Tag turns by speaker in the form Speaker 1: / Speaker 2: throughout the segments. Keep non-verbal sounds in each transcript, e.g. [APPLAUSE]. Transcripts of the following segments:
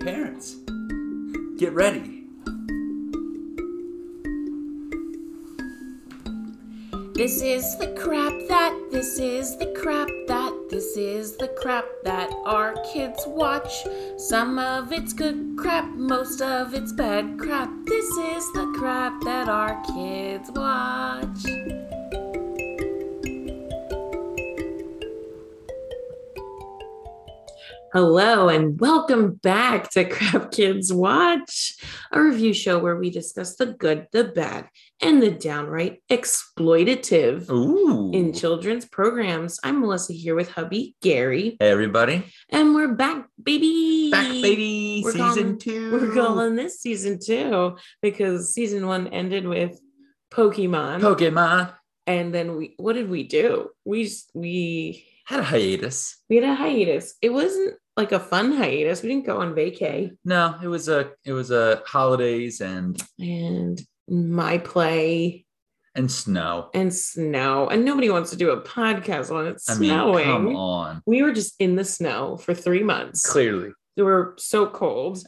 Speaker 1: parents. Get ready.
Speaker 2: This is the crap that, this is the crap that, this is the crap that our kids watch. Some of it's good crap, most of it's bad crap. This is the crap that our kids watch.
Speaker 3: Hello, and welcome back to Crap Kids Watch, a review show where we discuss the good, the bad, and the downright exploitative
Speaker 1: Ooh.
Speaker 3: in children's programs. I'm Melissa here with hubby Gary,
Speaker 1: Hey, everybody.
Speaker 3: and we're back, baby.
Speaker 1: Back, baby.
Speaker 3: We're
Speaker 1: season
Speaker 3: calling-
Speaker 1: two.
Speaker 3: We're calling this season two because season one ended with Pokemon,
Speaker 1: Pokemon
Speaker 3: and then we what did we do? We s- we
Speaker 1: had a hiatus.
Speaker 3: we had a hiatus. It wasn't like a fun hiatus. We didn't go on vacay.
Speaker 1: No, it was a it was a holidays and
Speaker 3: and my play
Speaker 1: and snow.
Speaker 3: and snow. And nobody wants to do a podcast when it's
Speaker 1: I mean,
Speaker 3: snowing.
Speaker 1: come on.
Speaker 3: we were just in the snow for three months.
Speaker 1: [LAUGHS] Clearly.
Speaker 3: We were so cold,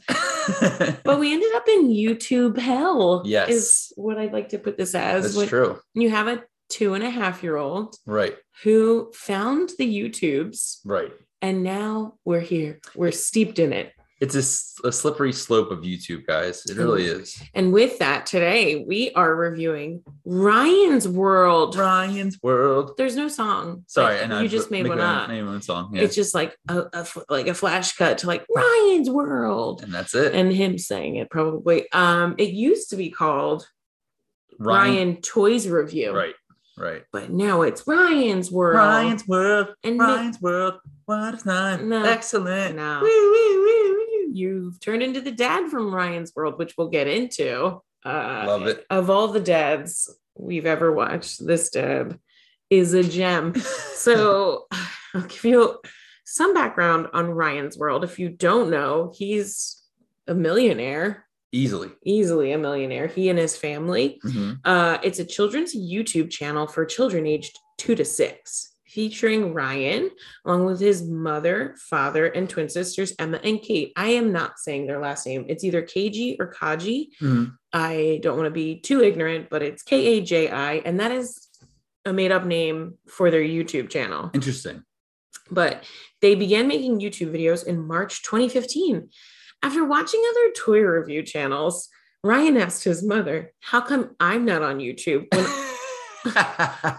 Speaker 3: but we ended up in YouTube hell.
Speaker 1: Yes.
Speaker 3: Is what I'd like to put this as.
Speaker 1: That's
Speaker 3: When
Speaker 1: true.
Speaker 3: You have a two and a half year old
Speaker 1: Right.
Speaker 3: who found the YouTubes,
Speaker 1: Right.
Speaker 3: and now we're here. We're steeped in it.
Speaker 1: It's a, s- a slippery slope of YouTube, guys. It really is.
Speaker 3: And with that, today we are reviewing Ryan's World.
Speaker 1: Ryan's World.
Speaker 3: There's no song.
Speaker 1: Sorry,
Speaker 3: Like,
Speaker 1: I know.
Speaker 3: you
Speaker 1: I
Speaker 3: just
Speaker 1: put-
Speaker 3: made
Speaker 1: make
Speaker 3: one
Speaker 1: my own-
Speaker 3: up.
Speaker 1: Made my own song. Yeah.
Speaker 3: It's just like a, a f- like a flash cut to like Ryan's World
Speaker 1: and that's it.
Speaker 3: and him saying it probably. Um, it used to be called Ryan, Toys Review,
Speaker 1: Right. Right.
Speaker 3: But now it's Ryan's World.
Speaker 1: Ryan's World.
Speaker 3: And mi-
Speaker 1: Ryan's World. What is not
Speaker 3: No.
Speaker 1: excellent? [LAUGHS]
Speaker 3: No.
Speaker 1: Woo, woo, woo, woo.
Speaker 3: You've turned into the dad from Ryan's World, which we'll get into. Uh,
Speaker 1: Love it.
Speaker 3: Of all the dads we've ever watched, this dad is a gem. So [SIGHS] I'll give you some background on Ryan's world. If you don't know, he's a millionaire,
Speaker 1: Easily.
Speaker 3: easily a millionaire, he and his family.
Speaker 1: Mhm.
Speaker 3: Uh, it's a children's YouTube channel for children aged two to six, featuring Ryan along with his mother, father, and twin sisters, Emma and Kate. I am not saying their last name, it's either KG or Kaji.
Speaker 1: Mhm.
Speaker 3: I don't want to be too ignorant, but it's K A J I, and that is a made up name for their YouTube channel.
Speaker 1: Interesting.
Speaker 3: But they began making YouTube videos in March 2015. After watching other toy review channels, Ryan asked his mother, How come I'm not on YouTube
Speaker 1: [LAUGHS]
Speaker 3: when,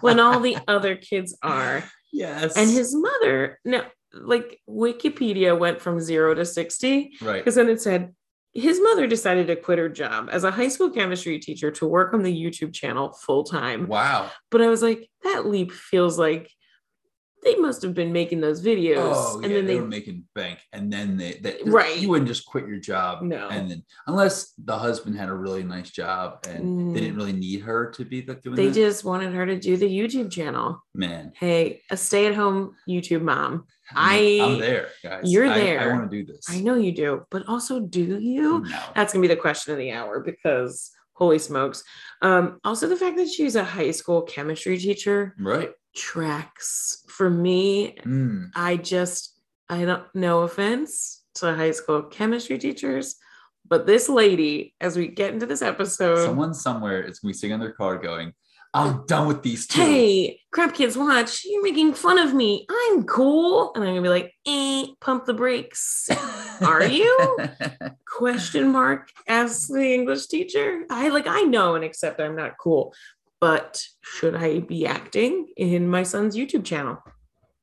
Speaker 3: when all the other kids are?
Speaker 1: yes.
Speaker 3: And his mother, no, like Wikipedia went from zero to 60.
Speaker 1: right.
Speaker 3: Because then it said, his mother decided to quit her job as a high school chemistry teacher to work on the YouTube channel full time.
Speaker 1: Wow.
Speaker 3: But I was like, that leap feels like they must have been making those videos.
Speaker 1: Oh,
Speaker 3: and
Speaker 1: yeah,
Speaker 3: then
Speaker 1: they,
Speaker 3: they,
Speaker 1: were making bank, and then they, that
Speaker 3: Right.
Speaker 1: You wouldn't just quit your job,
Speaker 3: No.
Speaker 1: And then unless the husband had a really nice job and they
Speaker 3: Mm.
Speaker 1: didn't really need her to be like doing
Speaker 3: they
Speaker 1: that.
Speaker 3: just wanted her to do the YouTube channel.
Speaker 1: Man,
Speaker 3: Hey, a stay at home YouTube mom.
Speaker 1: Mm-hmm. I'm-
Speaker 3: I-
Speaker 1: I'm there, guys.
Speaker 3: you're
Speaker 1: I-
Speaker 3: there.
Speaker 1: I want to do this.
Speaker 3: I know you do, but also do you?
Speaker 1: No.
Speaker 3: That's going to be the question of the hour because holy smokes. Um, also, the fact that she's a high school chemistry teacher
Speaker 1: Right.
Speaker 3: tracks for me
Speaker 1: Mm.
Speaker 3: I just, I don't, no offense to high school chemistry teachers, but this lady, as we get into this episode,
Speaker 1: Someone somewhere is going to be sitting on their car going, I'm done with these two. [LAUGHS]
Speaker 3: hey, crap kids, watch, you're making fun of me. I'm cool. And I'm going to be like, eh, pump the brakes. are you? Question mark, ask the English teacher. I like, I know and accept I'm not cool, but should I be acting in my son's YouTube channel?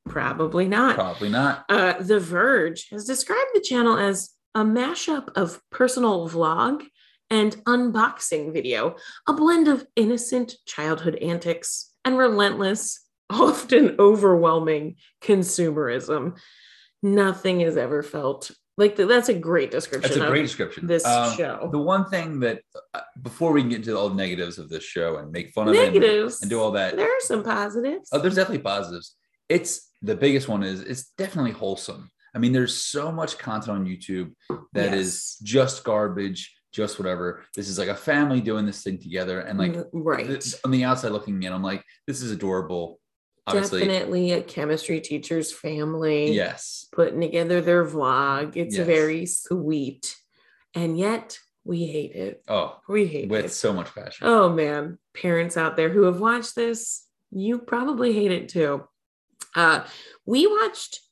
Speaker 3: Probably not.
Speaker 1: Probably not.
Speaker 3: Uh, the Verge has described the channel as a mashup of personal vlog and unboxing video, a blend of innocent childhood antics and relentless, [LAUGHS] often overwhelming consumerism. Nothing has ever felt like th- that's a great description
Speaker 1: That's a
Speaker 3: of
Speaker 1: great description.
Speaker 3: this
Speaker 1: Um,
Speaker 3: show.
Speaker 1: The one thing that, uh, before we can get into all the negatives of this show and make fun of it and-
Speaker 3: Negatives.
Speaker 1: and do all that,
Speaker 3: There are some positives.
Speaker 1: Oh, there's definitely positives. It's the biggest one is it's definitely wholesome. I mean, there's so much content on YouTube that is
Speaker 3: Yes.
Speaker 1: just garbage, just whatever. This is like a family doing this thing together, and like
Speaker 3: Mm, right.
Speaker 1: th- on the outside looking in, I'm like, this is adorable. obviously
Speaker 3: Definitely a chemistry teacher's family.
Speaker 1: yes
Speaker 3: Putting together their vlog. It's
Speaker 1: Yes.
Speaker 3: very sweet. And yet we hate it.
Speaker 1: oh
Speaker 3: We hate
Speaker 1: with
Speaker 3: it.
Speaker 1: so much passion
Speaker 3: Oh man, parents out there who have watched this, you probably hate it too. Uh, we watched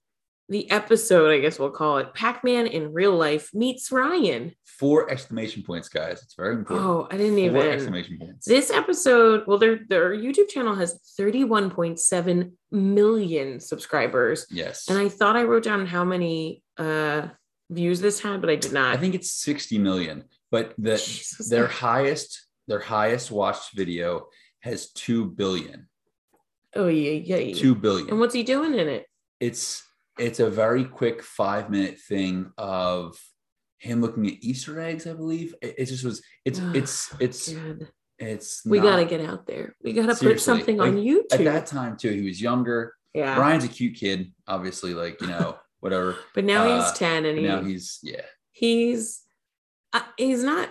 Speaker 3: the episode, I guess we'll call it Pac Man in Real Life Meets Ryan.
Speaker 1: four exclamation points guys it's very important
Speaker 3: Oh, I didn't
Speaker 1: four
Speaker 3: even.
Speaker 1: exclamation points
Speaker 3: This episode, well, their, their YouTube channel has 31.7 million subscribers.
Speaker 1: yes
Speaker 3: And I thought I wrote down how many uh, views this had, but I did
Speaker 1: I
Speaker 3: not.
Speaker 1: think it's 60 million, but the
Speaker 3: Jesus.
Speaker 1: their highest their highest watched video has 2 billion.
Speaker 3: oh, yeah, yeah.
Speaker 1: 2
Speaker 3: And
Speaker 1: billion.
Speaker 3: what's he doing in it?
Speaker 1: It's it's a very quick 5 minute thing of him looking at easter eggs, I believe. It, it just was it's
Speaker 3: Ugh,
Speaker 1: it's it's
Speaker 3: God.
Speaker 1: it's
Speaker 3: We
Speaker 1: not-
Speaker 3: got to get out there. We got to put
Speaker 1: Seriously,
Speaker 3: something on
Speaker 1: like,
Speaker 3: YouTube.
Speaker 1: at that time too. He was younger.
Speaker 3: yeah.
Speaker 1: Brian's a cute kid, obviously like, you
Speaker 3: [LAUGHS]
Speaker 1: know, whatever.
Speaker 3: but now
Speaker 1: uh,
Speaker 3: he's 10 and
Speaker 1: But now
Speaker 3: he,
Speaker 1: he's yeah.
Speaker 3: he's uh, he's not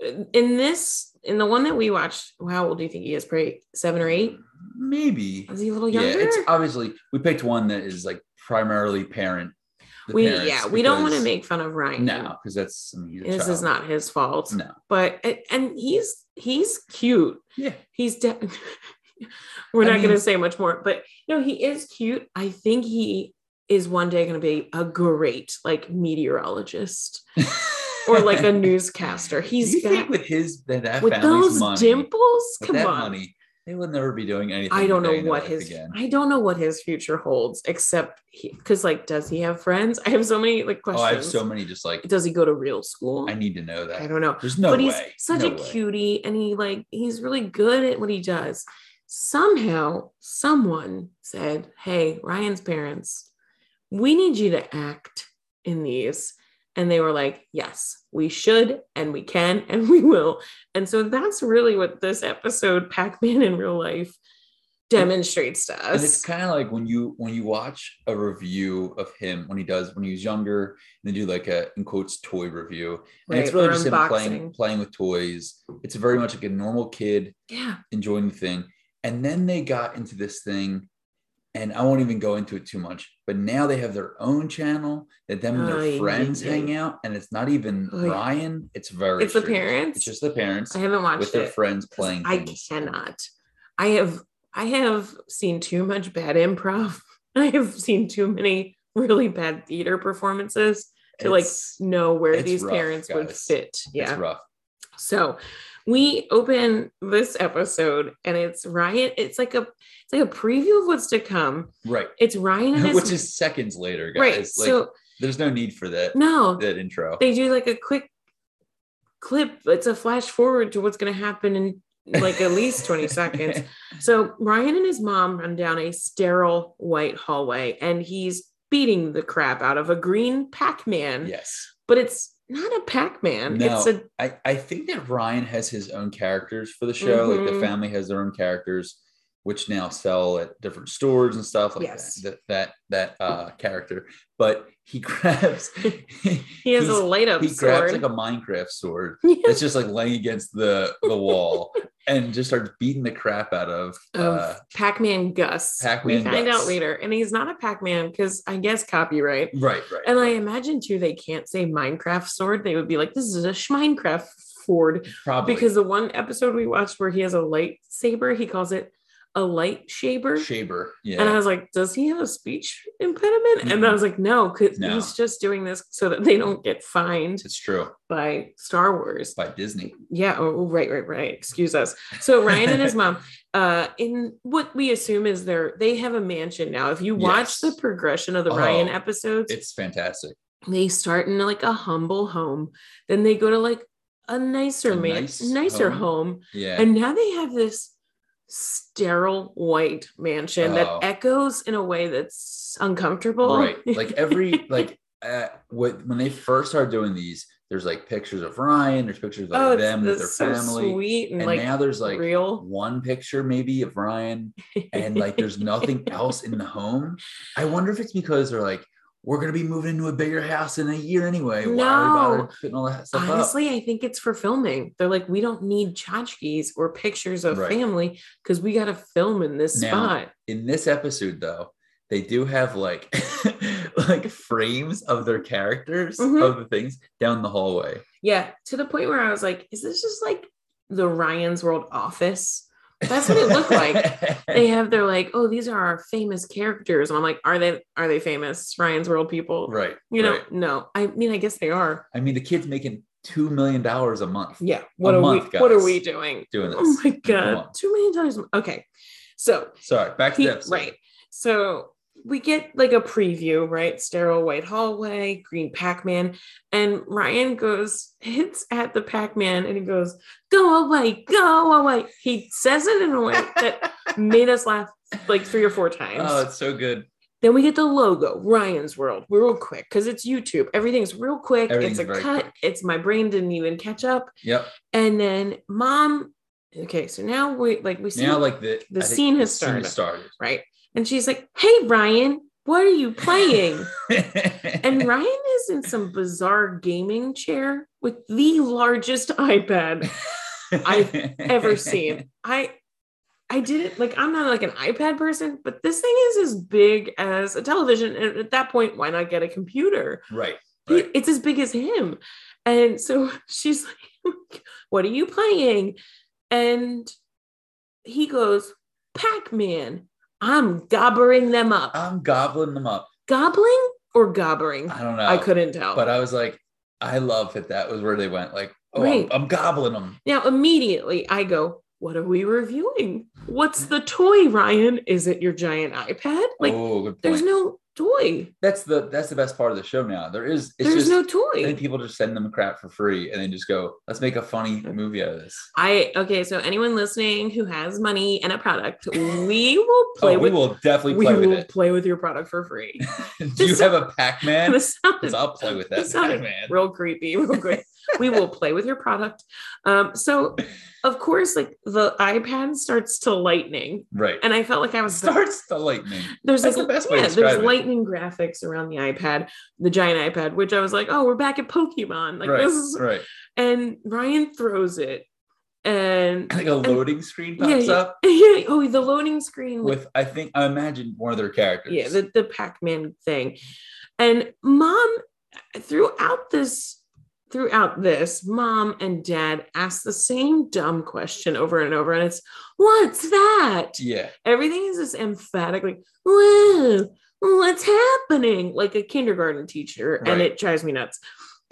Speaker 3: in this in the one that we watched. How old do you think he is? Probably 7 or 8.
Speaker 1: Maybe.
Speaker 3: Is he a little younger?
Speaker 1: Mm. Yeah, it's obviously we picked one that is like primarily parent. the
Speaker 3: we
Speaker 1: parents,
Speaker 3: yeah, we don't want to
Speaker 1: because-
Speaker 3: make fun of Ryan.
Speaker 1: no, because that's I mean, he's a
Speaker 3: This is
Speaker 1: child.
Speaker 3: not his fault.
Speaker 1: no.
Speaker 3: But and he's he's cute.
Speaker 1: [LAUGHS] Yeah,
Speaker 3: he's de- [LAUGHS] we're
Speaker 1: I
Speaker 3: not going
Speaker 1: mean-
Speaker 3: to say much more but no he is cute i think he is one day going to be a great like meteorologist or
Speaker 1: [LAUGHS]
Speaker 3: like a newscaster
Speaker 1: you
Speaker 3: he's
Speaker 1: think
Speaker 3: got
Speaker 1: with his that, that
Speaker 3: with
Speaker 1: family's
Speaker 3: those
Speaker 1: money,
Speaker 3: dimples
Speaker 1: with
Speaker 3: come
Speaker 1: that
Speaker 3: on
Speaker 1: money, they will never be doing anything.
Speaker 3: i don't
Speaker 1: a day
Speaker 3: know
Speaker 1: in their
Speaker 3: what
Speaker 1: life
Speaker 3: his
Speaker 1: again.
Speaker 3: i don't know what his future holds except because like does he have friends [LAUGHS] i have so many like
Speaker 1: Oh,
Speaker 3: questions
Speaker 1: I have so many. Just like
Speaker 3: does he go to real school
Speaker 1: I need to know that.
Speaker 3: I don't know
Speaker 1: There's no
Speaker 3: but
Speaker 1: way.
Speaker 3: he's such
Speaker 1: No
Speaker 3: a
Speaker 1: way.
Speaker 3: cutie and he like he's really good at what he does somehow someone said hey ryan's parents we need you to act in these and they were like yes we should and we can [LAUGHS] and we will and so that's really what this episode pac-man in real life demonstrates to
Speaker 1: And it's
Speaker 3: us
Speaker 1: kind of like when you when you watch a review of him when he does when he was younger, and they do like a in quotes toy review, and it's
Speaker 3: right,
Speaker 1: really
Speaker 3: or
Speaker 1: just him playing
Speaker 3: unboxing.
Speaker 1: playing with toys. It's very much like a normal kid
Speaker 3: yeah
Speaker 1: enjoying the thing. And then they got into this thing, and I won't even go into it too much, but now they have their own channel that them and their
Speaker 3: Ay,
Speaker 1: friends
Speaker 3: ay, ay.
Speaker 1: hang out, and it's not even
Speaker 3: Ay.
Speaker 1: Ryan, it's very
Speaker 3: Oh, it's the
Speaker 1: strange.
Speaker 3: parents
Speaker 1: It's just the parents
Speaker 3: i haven't watched
Speaker 1: with
Speaker 3: it
Speaker 1: their friends
Speaker 3: 'cause
Speaker 1: playing.
Speaker 3: I
Speaker 1: things.
Speaker 3: cannot. I have I have seen too much bad improv. [LAUGHS] I have seen too many really bad theater performances to like
Speaker 1: It's-
Speaker 3: know where
Speaker 1: it's
Speaker 3: these
Speaker 1: rough,
Speaker 3: parents would
Speaker 1: guys.
Speaker 3: fit.
Speaker 1: it's
Speaker 3: Yeah.
Speaker 1: rough.
Speaker 3: So we open this episode and it's Ryan. It's like a it's like a preview of what's to come.
Speaker 1: Right.
Speaker 3: It's Ryan and his
Speaker 1: [LAUGHS] Which is seconds later, guys.
Speaker 3: right.
Speaker 1: Like
Speaker 3: so
Speaker 1: there's no need for that
Speaker 3: no,
Speaker 1: that intro. [LAUGHS]
Speaker 3: they do like a quick clip. It's a flash forward to what's going to happen in like at
Speaker 1: [LAUGHS]
Speaker 3: least 20 seconds. So Ryan and his mom run down a sterile white hallway and he's beating the crap out of a green Pac-Man.
Speaker 1: yes.
Speaker 3: But it's not a Pac-Man.
Speaker 1: No.
Speaker 3: It's a
Speaker 1: I, I think that Ryan has his own characters for the show. Like the
Speaker 3: Mhm.
Speaker 1: family has their own characters, which now sell at different stores and stuff like
Speaker 3: Yes.
Speaker 1: that. That that, that uh, character, but he [LAUGHS] grabs he
Speaker 3: [LAUGHS] he has a
Speaker 1: He's-
Speaker 3: light up
Speaker 1: grabs
Speaker 3: sword.
Speaker 1: like a Minecraft sword
Speaker 3: [LAUGHS] Yeah.
Speaker 1: [LAUGHS] that's just like laying against the the
Speaker 3: [LAUGHS]
Speaker 1: wall and just starts beating the crap out of.
Speaker 3: of
Speaker 1: Uh,
Speaker 3: Pac-Man Gus. we
Speaker 1: Pac-Man
Speaker 3: find
Speaker 1: Gus.
Speaker 3: out later. And he's not a Pac-Man because I guess copyright.
Speaker 1: right, right.
Speaker 3: And I imagine too, they can't say Minecraft sword. They would be like, this is a Schminecraft Ford.
Speaker 1: Probably
Speaker 3: Because the one episode we watched where he has a lightsaber, he calls it a light shaber.
Speaker 1: Shaber. Yeah.
Speaker 3: And um, I was like, does he have a speech impediment? And I
Speaker 1: Mm-mm.
Speaker 3: was like, no, because
Speaker 1: No.
Speaker 3: he's just doing this so that they don't get fined
Speaker 1: it's true
Speaker 3: by Star Wars.
Speaker 1: by Disney.
Speaker 3: Yeah. Oh, oh, right, right, right. Excuse us. So
Speaker 1: [LAUGHS]
Speaker 3: Ryan and his mom, uh, in what we assume is their they have a mansion now. If you watch
Speaker 1: Yes.
Speaker 3: the progression of the
Speaker 1: Oh,
Speaker 3: Ryan episodes,
Speaker 1: It's fantastic.
Speaker 3: they start in like a humble home, then they go to like a nicer
Speaker 1: A
Speaker 3: ma-
Speaker 1: nice
Speaker 3: nicer
Speaker 1: home.
Speaker 3: home
Speaker 1: Yeah.
Speaker 3: and now they have this sterile white mansion
Speaker 1: Oh.
Speaker 3: that echoes in a way that's uncomfortable. [LAUGHS]
Speaker 1: right like every like uh, what when they first started doing these there's like pictures of ryan there's pictures of like,
Speaker 3: oh,
Speaker 1: them
Speaker 3: them,
Speaker 1: with
Speaker 3: it's,
Speaker 1: their
Speaker 3: that's so
Speaker 1: family
Speaker 3: sweet and,
Speaker 1: and
Speaker 3: like
Speaker 1: now there's like
Speaker 3: real.
Speaker 1: one picture maybe of ryan and
Speaker 3: [LAUGHS]
Speaker 1: like there's nothing else in the home i wonder if it's because they're like we're gonna be moving into a bigger house in a year anyway why are we
Speaker 3: No.
Speaker 1: bother putting all that stuff
Speaker 3: Honestly, I think it's for filming. They're like, we don't need tchotchkes or pictures of
Speaker 1: Right.
Speaker 3: family because we got to film in this
Speaker 1: Now-
Speaker 3: spot.
Speaker 1: up in this episode though, they do have like [LAUGHS] like frames of their characters
Speaker 3: Mhm.
Speaker 1: of the things down the hallway.
Speaker 3: Yeah, to the point where I was like, is this just like the Ryan's World office? That's what it looked like.
Speaker 1: [LAUGHS]
Speaker 3: They have their like, oh, these are our famous characters. And I'm like, are they are they famous Ryan's World people?
Speaker 1: right.
Speaker 3: You know,
Speaker 1: right.
Speaker 3: no. I mean, I guess they are.
Speaker 1: I mean the kid's making two million dollars a month
Speaker 3: Yeah. What are
Speaker 1: month,
Speaker 3: we what are
Speaker 1: guys.
Speaker 3: we doing?
Speaker 1: doing
Speaker 3: Oh
Speaker 1: this.
Speaker 3: my
Speaker 1: Come
Speaker 3: god.
Speaker 1: on.
Speaker 3: Two million dollars. a month. Okay. So
Speaker 1: Sorry, back to
Speaker 3: He-
Speaker 1: the episode.
Speaker 3: right. So we get like a preview, right? Sterile white hallway, green Pac-Man, and Ryan goes hits at the Pac-Man and he goes, "Go away, go away." He says it in a
Speaker 1: [LAUGHS]
Speaker 3: way that made us laugh like three or four times.
Speaker 1: Oh, it's so good.
Speaker 3: then we get the logo, Ryan's World, real quick because it's YouTube. Everything's real quick.
Speaker 1: Everything's
Speaker 3: it's a
Speaker 1: very
Speaker 3: cut.
Speaker 1: quick.
Speaker 3: It's my brain didn't even catch up.
Speaker 1: Yep.
Speaker 3: And then mom. Okay, so now we like we see
Speaker 1: now like the
Speaker 3: the
Speaker 1: I think
Speaker 3: scene
Speaker 1: the
Speaker 3: has
Speaker 1: started.
Speaker 3: right? And she's like, Hey, Ryan, what are
Speaker 1: [LAUGHS]
Speaker 3: you playing? and Ryan is in some bizarre gaming chair with the largest [LAUGHS] iPad I've
Speaker 1: [LAUGHS]
Speaker 3: ever seen. I I didn't like I'm not like an iPad person, but this thing is as big as a television. And at that point, why not get a computer?
Speaker 1: Right.
Speaker 3: He-
Speaker 1: Right.
Speaker 3: It's as big as him. And so [LAUGHS] she's like, What are you playing? And he goes, Pac-Man, I'm gobbering them up.
Speaker 1: I'm gobbling them up.
Speaker 3: gobbling or gobbering?
Speaker 1: Uh, I don't know.
Speaker 3: I couldn't tell.
Speaker 1: But uh, I was like, I love that that was where they went. Like, oh,
Speaker 3: Right.
Speaker 1: I'm, I'm gobbling them.
Speaker 3: now immediately I go, what are we reviewing? What's the toy, Ryan? Is it your giant iPad? Like
Speaker 1: oh, good
Speaker 3: there's
Speaker 1: point.
Speaker 3: no toy.
Speaker 1: that's the that's the best part of the show now. There is it's
Speaker 3: there's
Speaker 1: just
Speaker 3: no
Speaker 1: I think
Speaker 3: toy.
Speaker 1: people just send them crap for free and then just go, let's make a funny movie out of this.
Speaker 3: I okay, so anyone listening who has money and a product, we will play
Speaker 1: oh, we
Speaker 3: with
Speaker 1: will definitely
Speaker 3: we
Speaker 1: play
Speaker 3: will
Speaker 1: with it. [LAUGHS]
Speaker 3: play with your product for free. [LAUGHS]
Speaker 1: Do you
Speaker 3: This-
Speaker 1: have a Pac-Man?
Speaker 3: This sounded
Speaker 1: 'Cause I'll play with
Speaker 3: This
Speaker 1: that
Speaker 3: sounded
Speaker 1: Pac-Man.
Speaker 3: real creepy, real good.
Speaker 1: [LAUGHS]
Speaker 3: we will play with your product. Um, so of course, like the iPad starts to lightning.
Speaker 1: Right.
Speaker 3: And I felt like I
Speaker 1: [LAUGHS]
Speaker 3: was
Speaker 1: Starts the lightning.
Speaker 3: there's
Speaker 1: That's
Speaker 3: like,
Speaker 1: the best way to
Speaker 3: yeah,
Speaker 1: describe
Speaker 3: there's
Speaker 1: it.
Speaker 3: lightning graphics around the iPad, the giant iPad, which I was like, oh, we're back at Pokemon. Like
Speaker 1: right.
Speaker 3: this is
Speaker 1: right. [LAUGHS]
Speaker 3: and Ryan throws it. And
Speaker 1: And like a loading screen
Speaker 3: yeah,
Speaker 1: pops
Speaker 3: yeah.
Speaker 1: up
Speaker 3: [LAUGHS] yeah, oh the loading screen with
Speaker 1: with I think I imagine one of their characters.
Speaker 3: yeah, the, the Pac-Man thing. And mom throughout this throughout this, mom and dad ask the same dumb question over and over. And it's what's that?
Speaker 1: yeah.
Speaker 3: everything is just emphatic like whoa what's happening like a kindergarten teacher and
Speaker 1: Right.
Speaker 3: it drives me nuts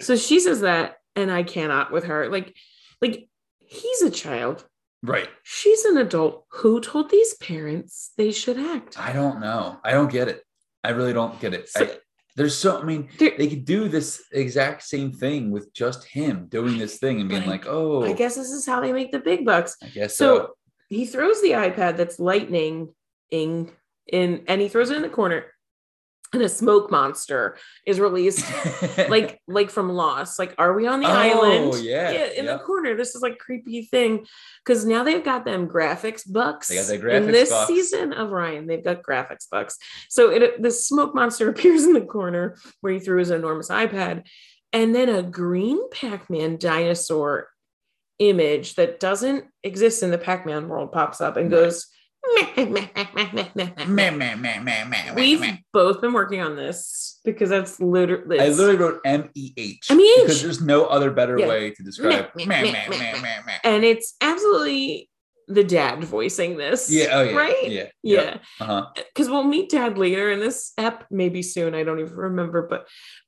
Speaker 3: so she says that and i cannot with her like like he's a child
Speaker 1: Right.
Speaker 3: she's an adult who told these parents they should act
Speaker 1: I don't know. I don't get it. I really don't get it.
Speaker 3: So-
Speaker 1: I- there's so I mean,
Speaker 3: There-
Speaker 1: they could do this exact same thing with just him doing this thing and being
Speaker 3: But I-
Speaker 1: like, oh,
Speaker 3: i guess this is how they make the big bucks
Speaker 1: I guess so.
Speaker 3: so he throws the ipad that's lightning ing in and he throws it in the corner and a smoke monster is released like like from Lost. Like, are we on the
Speaker 1: Oh,
Speaker 3: island?
Speaker 1: yeah,
Speaker 3: in
Speaker 1: yep.
Speaker 3: the corner. This is like creepy thing because now they've got them graphics bucks.
Speaker 1: They got the
Speaker 3: in
Speaker 1: graphics
Speaker 3: this
Speaker 1: bucks.
Speaker 3: season of Ryan, they've got graphics bucks. So it the smoke monster [LAUGHS] appears in the corner where he threw his enormous iPad, and then a green Pac-Man dinosaur image that doesn't exist in the Pac-Man world pops up and
Speaker 1: Right.
Speaker 3: goes. "Meh, meh, meh, meh, meh, meh, meh, meh."
Speaker 1: [LAUGHS] meh, meh, meh, meh, meh,
Speaker 3: We've
Speaker 1: meh.
Speaker 3: both been working on this because that's literally
Speaker 1: I literally wrote M E H
Speaker 3: MEH.
Speaker 1: because there's no other better
Speaker 3: Yeah.
Speaker 1: way to describe
Speaker 3: Meh,
Speaker 1: meh, meh,
Speaker 3: meh, meh,
Speaker 1: meh,
Speaker 3: meh,
Speaker 1: meh, meh.
Speaker 3: and it's absolutely the dad voicing this.
Speaker 1: Yeah, oh yeah.
Speaker 3: Right?
Speaker 1: Yeah.
Speaker 3: Yeah.
Speaker 1: Uh-huh.
Speaker 3: Because we'll meet dad later in this ep, maybe soon. I don't even remember, but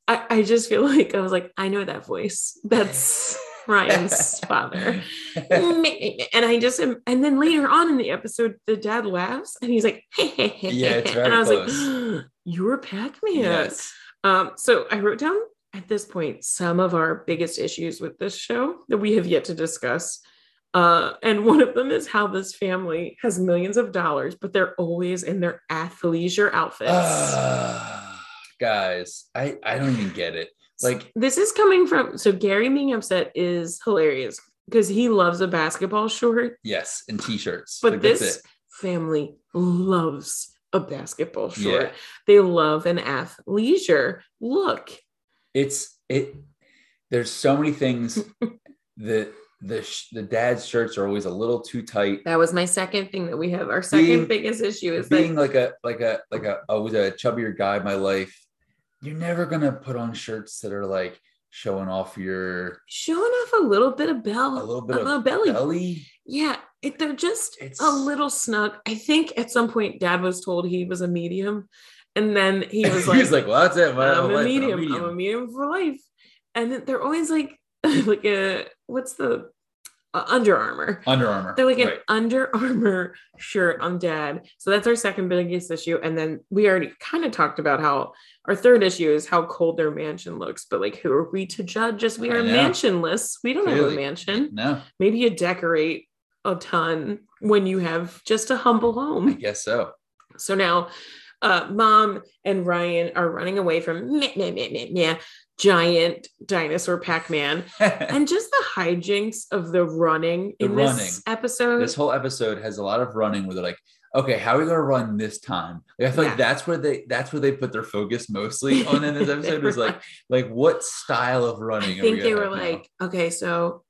Speaker 3: I, I just feel [LAUGHS] like I was like, I know that voice.
Speaker 1: [LAUGHS]
Speaker 3: That's Ryan's father.
Speaker 1: Uh-huh.
Speaker 3: [LAUGHS] and I just am, and then later on in the episode, the dad laughs and he's like,
Speaker 1: Yeah, it's very
Speaker 3: and I was
Speaker 1: close.
Speaker 3: like, [GASPS] you're Pac-Man.
Speaker 1: [LAUGHS] Yes.
Speaker 3: Um, so I wrote down at this point some of our biggest issues with this show that we have yet to discuss. Uh, and one of them is how this family has millions of dollars, but they're always in their athleisure outfits.
Speaker 1: Ah, [SIGHS] guys, I I don't even get it. Like
Speaker 3: this is coming from so Gary being upset is hilarious because he loves a basketball short,
Speaker 1: yes, in t-shirts.
Speaker 3: but
Speaker 1: Like, that's
Speaker 3: this
Speaker 1: it.
Speaker 3: family loves a basketball short.
Speaker 1: Yeah.
Speaker 3: They love an athleisure look. [LAUGHS]
Speaker 1: it's it there's so many things that the sh- the dad's shirts are always a little too tight.
Speaker 3: That was my second thing that we have. Our second
Speaker 1: Being-
Speaker 3: biggest issue is
Speaker 1: Being
Speaker 3: that
Speaker 1: like a like a like a I was a chubbier guy in my life. You're never gonna put on shirts that are like showing off your
Speaker 3: showing off a little bit of bell,
Speaker 1: a little bit
Speaker 3: of,
Speaker 1: of
Speaker 3: a belly.
Speaker 1: belly.
Speaker 3: Yeah, it, they're just
Speaker 1: It's-
Speaker 3: a little snug. I think at some point, Dad was told he was a medium, and then [LAUGHS] he
Speaker 1: [LAUGHS]
Speaker 3: was like,
Speaker 1: "Well, that's it. My
Speaker 3: I'm,
Speaker 1: life,
Speaker 3: a medium. I'm a medium for life." And then they're always like, [LAUGHS] like a what's the uh, Under Armour.
Speaker 1: Under Armour.
Speaker 3: They're like an
Speaker 1: Right.
Speaker 3: Under Armour shirt on dad. So that's our second biggest issue. And then we already kind of talked about how our third issue is how cold their mansion looks. But like, who are we to judge? As we
Speaker 1: I
Speaker 3: are
Speaker 1: know.
Speaker 3: mansionless, we don't have a
Speaker 1: Clearly.
Speaker 3: mansion.
Speaker 1: No,
Speaker 3: Maybe you decorate a ton when you have just a humble
Speaker 1: I
Speaker 3: home.
Speaker 1: guess so. [LAUGHS]
Speaker 3: So now, uh, mom and Ryan are running away from meh, meh, meh, meh, meh, giant dinosaur Pac
Speaker 1: [LAUGHS]
Speaker 3: Man, and just the hijinks of the running
Speaker 1: The
Speaker 3: in
Speaker 1: running.
Speaker 3: this episode.
Speaker 1: this whole episode has a lot of running where they're like, okay, how are we gonna run this time? Like I feel
Speaker 3: Yeah.
Speaker 1: like that's where they that's where they put their focus
Speaker 3: [LAUGHS]
Speaker 1: mostly on in this episode was like like what style of running?
Speaker 3: I
Speaker 1: are we
Speaker 3: think they
Speaker 1: gonna
Speaker 3: were
Speaker 1: have now?
Speaker 3: like, okay, so,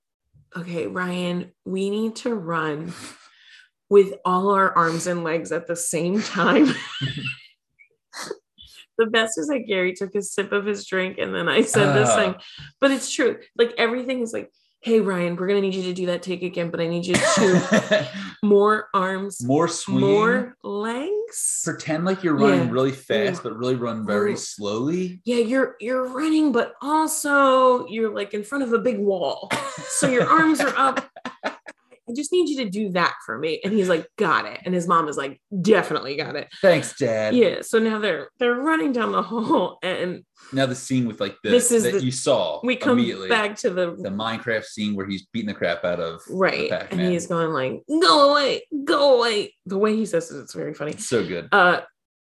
Speaker 3: okay, Ryan, we need to run with all our arms and legs at the same time. [LAUGHS] the best is that Gary took a sip of his drink and then I said this
Speaker 1: Ah.
Speaker 3: thing, but it's true. Like everything is like, hey, Ryan, we're going to need you to do that take again, but I need you to do
Speaker 1: [LAUGHS]
Speaker 3: more arms,
Speaker 1: more swinging.
Speaker 3: more legs.
Speaker 1: Pretend like you're running
Speaker 3: Yeah.
Speaker 1: really fast,
Speaker 3: Ooh.
Speaker 1: but really run very
Speaker 3: Ooh.
Speaker 1: slowly.
Speaker 3: yeah, you're you're running, but also you're like in front of a big wall. So your arms are
Speaker 1: [LAUGHS]
Speaker 3: up. I just need you to do that for me. And he's like, got it. And his mom is like, definitely got it.
Speaker 1: Thanks, Dad.
Speaker 3: Yeah. So now they're they're running down the hall and
Speaker 1: Now the scene with like the
Speaker 3: This is
Speaker 1: that
Speaker 3: the-
Speaker 1: you saw
Speaker 3: we come
Speaker 1: immediately.
Speaker 3: back to the,
Speaker 1: The Minecraft scene where he's beating the crap out of the
Speaker 3: right. And
Speaker 1: Pac-Man.
Speaker 3: he's going like, go away, go away. The way he says it, it's very funny.
Speaker 1: It's so good.
Speaker 3: Uh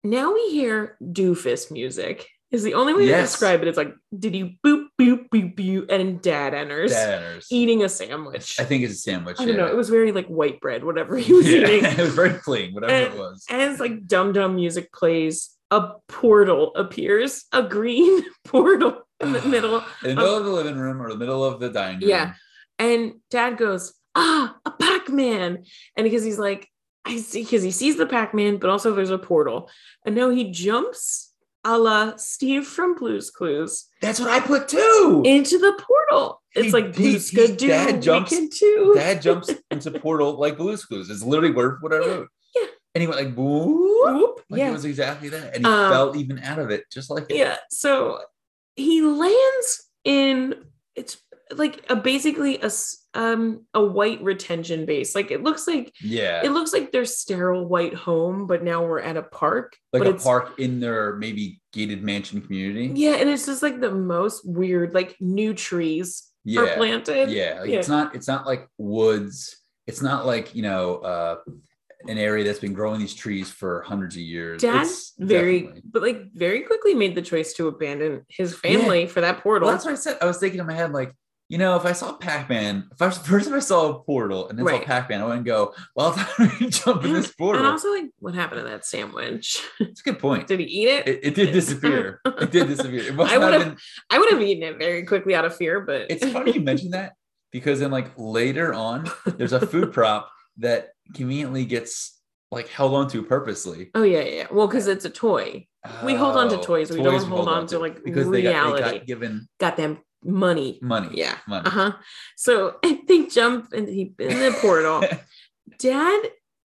Speaker 3: now we hear doofus music. Is the only way to
Speaker 1: Yes.
Speaker 3: describe it. It's like, did you boop boop boop boop and dad enters.
Speaker 1: Dad enters.
Speaker 3: eating a sandwich.
Speaker 1: I think it's a sandwich.
Speaker 3: I don't
Speaker 1: yeah.
Speaker 3: know. It was very like white bread, whatever [LAUGHS] he was
Speaker 1: Yeah, [LAUGHS]
Speaker 3: eating.
Speaker 1: it was very plain, whatever it was.
Speaker 3: As like dum dum music plays, a portal appears, a green [LAUGHS] portal in the
Speaker 1: [SIGHS]
Speaker 3: middle.
Speaker 1: In the middle of the living room or the middle of the dining room.
Speaker 3: Yeah. And dad goes, Ah, a Pac Man. And because he's like, I see, because he sees the Pac Man, but also there's a portal. And now he jumps a la Steve from Blues Clues
Speaker 1: That's what I put too.
Speaker 3: into the portal. It's
Speaker 1: He-
Speaker 3: like,
Speaker 1: he-
Speaker 3: Blues
Speaker 1: he-
Speaker 3: could do,
Speaker 1: Dad
Speaker 3: we
Speaker 1: jumps-
Speaker 3: can do.
Speaker 1: Dad
Speaker 3: [LAUGHS]
Speaker 1: jumps into portal like Blue's Clues. It's literally word for what I wrote.
Speaker 3: Yeah.
Speaker 1: And he went like, whoop.
Speaker 3: Whoop.
Speaker 1: Like it was exactly that. And he
Speaker 3: Um,
Speaker 1: fell even out of it, just like it.
Speaker 3: yeah so he lands in it's like a basically a s- um a white retention base like it looks like
Speaker 1: Yeah.
Speaker 3: it looks like their sterile white home but now we're at a park
Speaker 1: like
Speaker 3: but
Speaker 1: a
Speaker 3: it's-
Speaker 1: park in their maybe gated mansion community.
Speaker 3: yeah and it's just like the most weird like new trees are
Speaker 1: Yeah.
Speaker 3: planted
Speaker 1: Yeah. Like,
Speaker 3: yeah.
Speaker 1: It's not it's not like woods. It's not like, you know, uh an area that's been growing these trees for hundreds of years.
Speaker 3: dad
Speaker 1: It's
Speaker 3: very
Speaker 1: definitely-
Speaker 3: but like very quickly made the choice to abandon his family for that portal
Speaker 1: Well, that's what I said. I was thinking in my head, like, you know, if I saw Pac-Man, if I first if I saw a portal and then
Speaker 3: Right. Mm, uh-huh.
Speaker 1: saw Pac-Man, I wouldn't go, well, [LAUGHS] I'm gonna jump in this portal.
Speaker 3: and also like what happened to that sandwich [LAUGHS]
Speaker 1: It's a good point.
Speaker 3: did he eat it
Speaker 1: It, it did disappear. It did disappear. It must
Speaker 3: I
Speaker 1: not
Speaker 3: would've-
Speaker 1: have been-
Speaker 3: I would have eaten it very quickly out of fear, but
Speaker 1: It's funny you mentioned that because then, like later on, there's a
Speaker 3: [LAUGHS]
Speaker 1: food prop that conveniently gets like held onto purposely.
Speaker 3: Oh yeah, yeah, yeah. Well, because it's a toy. We hold on to
Speaker 1: Oh,
Speaker 3: toys. We don't hold on to, like,
Speaker 1: they got, they
Speaker 3: reality.
Speaker 1: got given
Speaker 3: Got them money.
Speaker 1: money.
Speaker 3: Yeah.
Speaker 1: money.
Speaker 3: Uh huh. So [LAUGHS] they jump and he in the
Speaker 1: [LAUGHS]
Speaker 3: portal. Dad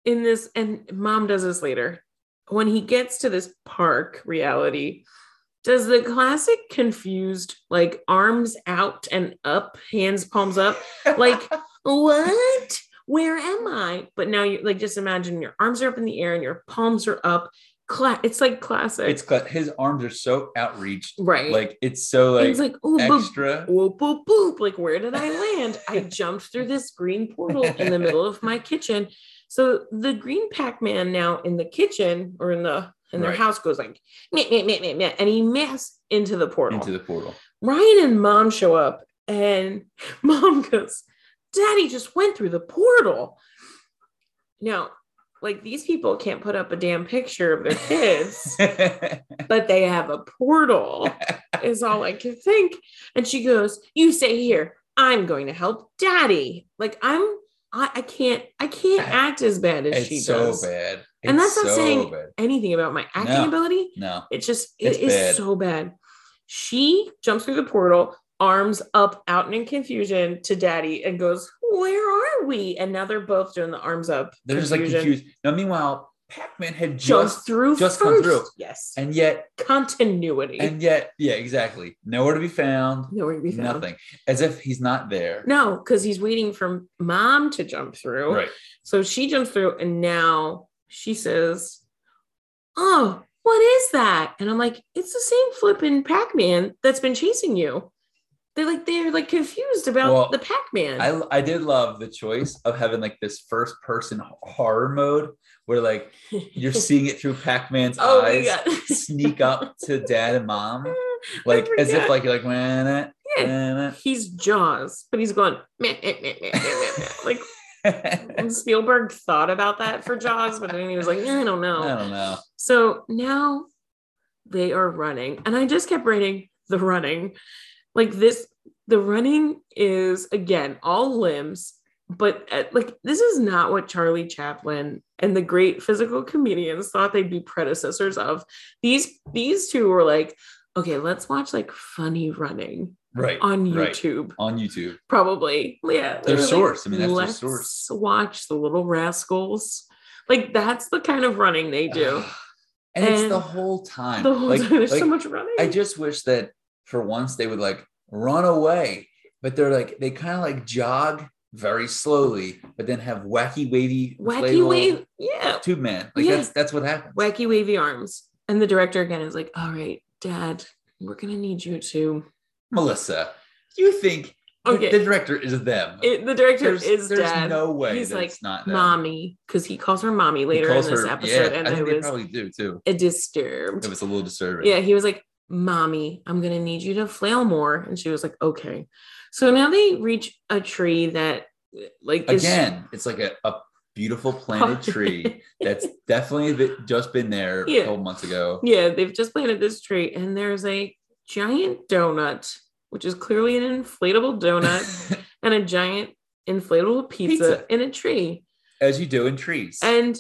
Speaker 3: in this and mom does this later. When he gets to this park reality, does the classic confused like arms out and up, hands palms up, like
Speaker 1: [LAUGHS]
Speaker 3: what? Where am I? But now you like just imagine your arms are up in the air and your palms are up. Cla- it's like classic.
Speaker 1: It's cut. His arms are so outreached.
Speaker 3: right.
Speaker 1: Like it's so
Speaker 3: And
Speaker 1: like,
Speaker 3: it's like oh, boop,
Speaker 1: extra.
Speaker 3: boop, boop, boop. Like where did I land? I jumped through this green portal in the middle of my kitchen. So the green Pac-Man now in the kitchen or in the in their
Speaker 1: Right.
Speaker 3: house goes like meh, meh, meh, meh, meh, and he mess into the portal.
Speaker 1: into the
Speaker 3: [LAUGHS]
Speaker 1: portal.
Speaker 3: Ryan and mom show up, and [LAUGHS] mom goes, Daddy just went through the portal. Now, like these people can't put up a damn picture of their kids,
Speaker 1: [LAUGHS]
Speaker 3: but they have a portal, is all I can think. And she goes, You stay here. I'm going to help daddy. Like I'm I, I can't I can't act as bad as she
Speaker 1: It's so
Speaker 3: does.
Speaker 1: bad.
Speaker 3: And
Speaker 1: It's
Speaker 3: that's not
Speaker 1: so
Speaker 3: saying-
Speaker 1: bad.
Speaker 3: Anything about my acting
Speaker 1: No.
Speaker 3: ability.
Speaker 1: No.
Speaker 3: It just
Speaker 1: It's
Speaker 3: it's
Speaker 1: bad.
Speaker 3: so bad. She jumps through the portal, arms up, out and in confusion to daddy and goes, Where are we? And now they're both doing the arms up.
Speaker 1: They're just like confused. Now, meanwhile, Pac-Man had
Speaker 3: Jump
Speaker 1: just
Speaker 3: through
Speaker 1: just come
Speaker 3: first.
Speaker 1: through.
Speaker 3: Yes.
Speaker 1: and yet
Speaker 3: Continuity.
Speaker 1: and yet yeah exactly nowhere to be found.
Speaker 3: Nowhere to be found.
Speaker 1: Nothing as if he's not there.
Speaker 3: No, because he's waiting for mom to jump through.
Speaker 1: Right.
Speaker 3: So she jumps through, and now she says, Oh, what is that? And I'm like, It's the same flipping Pac Man that's been chasing you. They're like, they're like confused about
Speaker 1: Well,
Speaker 3: the Pac Man.
Speaker 1: I, I did love the choice of having like this first person horror mode where like
Speaker 3: [LAUGHS]
Speaker 1: you're seeing it throrough Pac-Man's
Speaker 3: oh my
Speaker 1: eyes
Speaker 3: God.
Speaker 1: sneak up
Speaker 3: [LAUGHS]
Speaker 1: to dad and mom like as if
Speaker 3: forgot.
Speaker 1: like you're like man yeah.
Speaker 3: [LAUGHS] he's Jaws, but he's going, meh, meh, meh, meh, meh, meh, meh. like, and Spielberg thought about that for Jaws, but then he was like, I don't know.
Speaker 1: [LAUGHS] I don't know.
Speaker 3: So now they are running. And I just kept writing the running. Like this, the running is again all limbs, but uh, like this is not what Charlie Chaplin and the great physical comedians thought they'd be predecessors of. These these two were like, okay, let's watch like funny running
Speaker 1: Right.
Speaker 3: on
Speaker 1: Right.
Speaker 3: YouTube,
Speaker 1: On YouTube.
Speaker 3: probably.
Speaker 1: Their
Speaker 3: Yeah. they're like,
Speaker 1: source. I mean, that's their
Speaker 3: let's
Speaker 1: source."
Speaker 3: watch the little rascals. Like that's the kind of running they do.
Speaker 1: And, it's
Speaker 3: And
Speaker 1: the whole [LAUGHS] time.
Speaker 3: The whole
Speaker 1: like,
Speaker 3: time, there's so
Speaker 1: like,
Speaker 3: much running.
Speaker 1: I just wish that for once they would like run away, but they're like they kind of like jog very slowly, but then have wacky wavy
Speaker 3: wacky
Speaker 1: inflatable
Speaker 3: wave, yeah,
Speaker 1: tube man. Like
Speaker 3: Yeah.
Speaker 1: that's that's what happens.
Speaker 3: wacky wavy arms. And the director again is like, "All right, Dad, we're gonna need you to."
Speaker 1: Melissa, you think the-
Speaker 3: Okay,
Speaker 1: the, director is them?
Speaker 3: It- the director
Speaker 1: there's
Speaker 3: is
Speaker 1: there's
Speaker 3: Dad,
Speaker 1: no way
Speaker 3: He's
Speaker 1: that
Speaker 3: like,
Speaker 1: it's not them.
Speaker 3: mommy, because he calls her mommy
Speaker 1: He
Speaker 3: later in
Speaker 1: calls
Speaker 3: this
Speaker 1: her-
Speaker 3: episode,
Speaker 1: yeah,
Speaker 3: and
Speaker 1: I
Speaker 3: I
Speaker 1: think they
Speaker 3: was
Speaker 1: probably do too.
Speaker 3: uh, disturbed.
Speaker 1: It was a little disturbing.
Speaker 3: Yeah, he was like, Mommy, I'm going to need you to flail more. And she was like, Okay. So now they reach a tree that, like, is-
Speaker 1: Again, it's like a, a beautiful planted
Speaker 3: [LAUGHS]
Speaker 1: tree that's definitely been- just been there
Speaker 3: Yeah.
Speaker 1: a couple months ago.
Speaker 3: yeah, they've just planted this tree, and there's a giant donut, which is clearly an inflatable donut, and a giant inflatable pizza,
Speaker 1: Pizza.
Speaker 3: in a tree.
Speaker 1: [LAUGHS] As you do in trees. [LAUGHS]
Speaker 3: And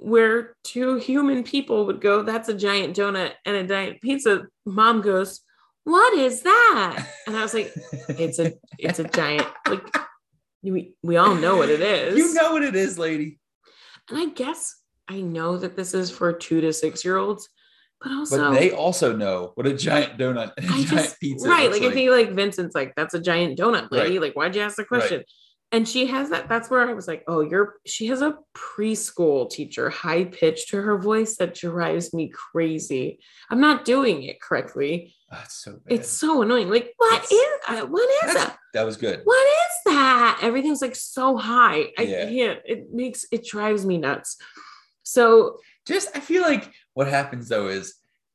Speaker 3: where two human people would go, That's a giant donut and a giant pizza. Mom goes, What is that? And I was like, it's a it's a giant like we, we all know what it is
Speaker 1: You know what it is, lady.
Speaker 3: and i guess i know that this is for two to six year olds but
Speaker 1: But
Speaker 3: also
Speaker 1: they also know what a giant donut and a
Speaker 3: I
Speaker 1: [LAUGHS] giant
Speaker 3: just,
Speaker 1: pizza.
Speaker 3: right
Speaker 1: looks
Speaker 3: like, i think like vincent's like that's a giant donut lady like why'd you ask the question and she has that that's where i was like oh you're she has a preschool teacher high pitch to her voice that drives me crazy i'm not doing it correctly
Speaker 1: Oh, it's so bad.
Speaker 3: it's so annoying like what
Speaker 1: It's-
Speaker 3: is uh, what is
Speaker 1: That's-
Speaker 3: that
Speaker 1: that was good.
Speaker 3: what is that? Everything's like so high. I
Speaker 1: Yeah.
Speaker 3: can't. It makes it drives me nuts. So
Speaker 1: Just I feel like what happens though is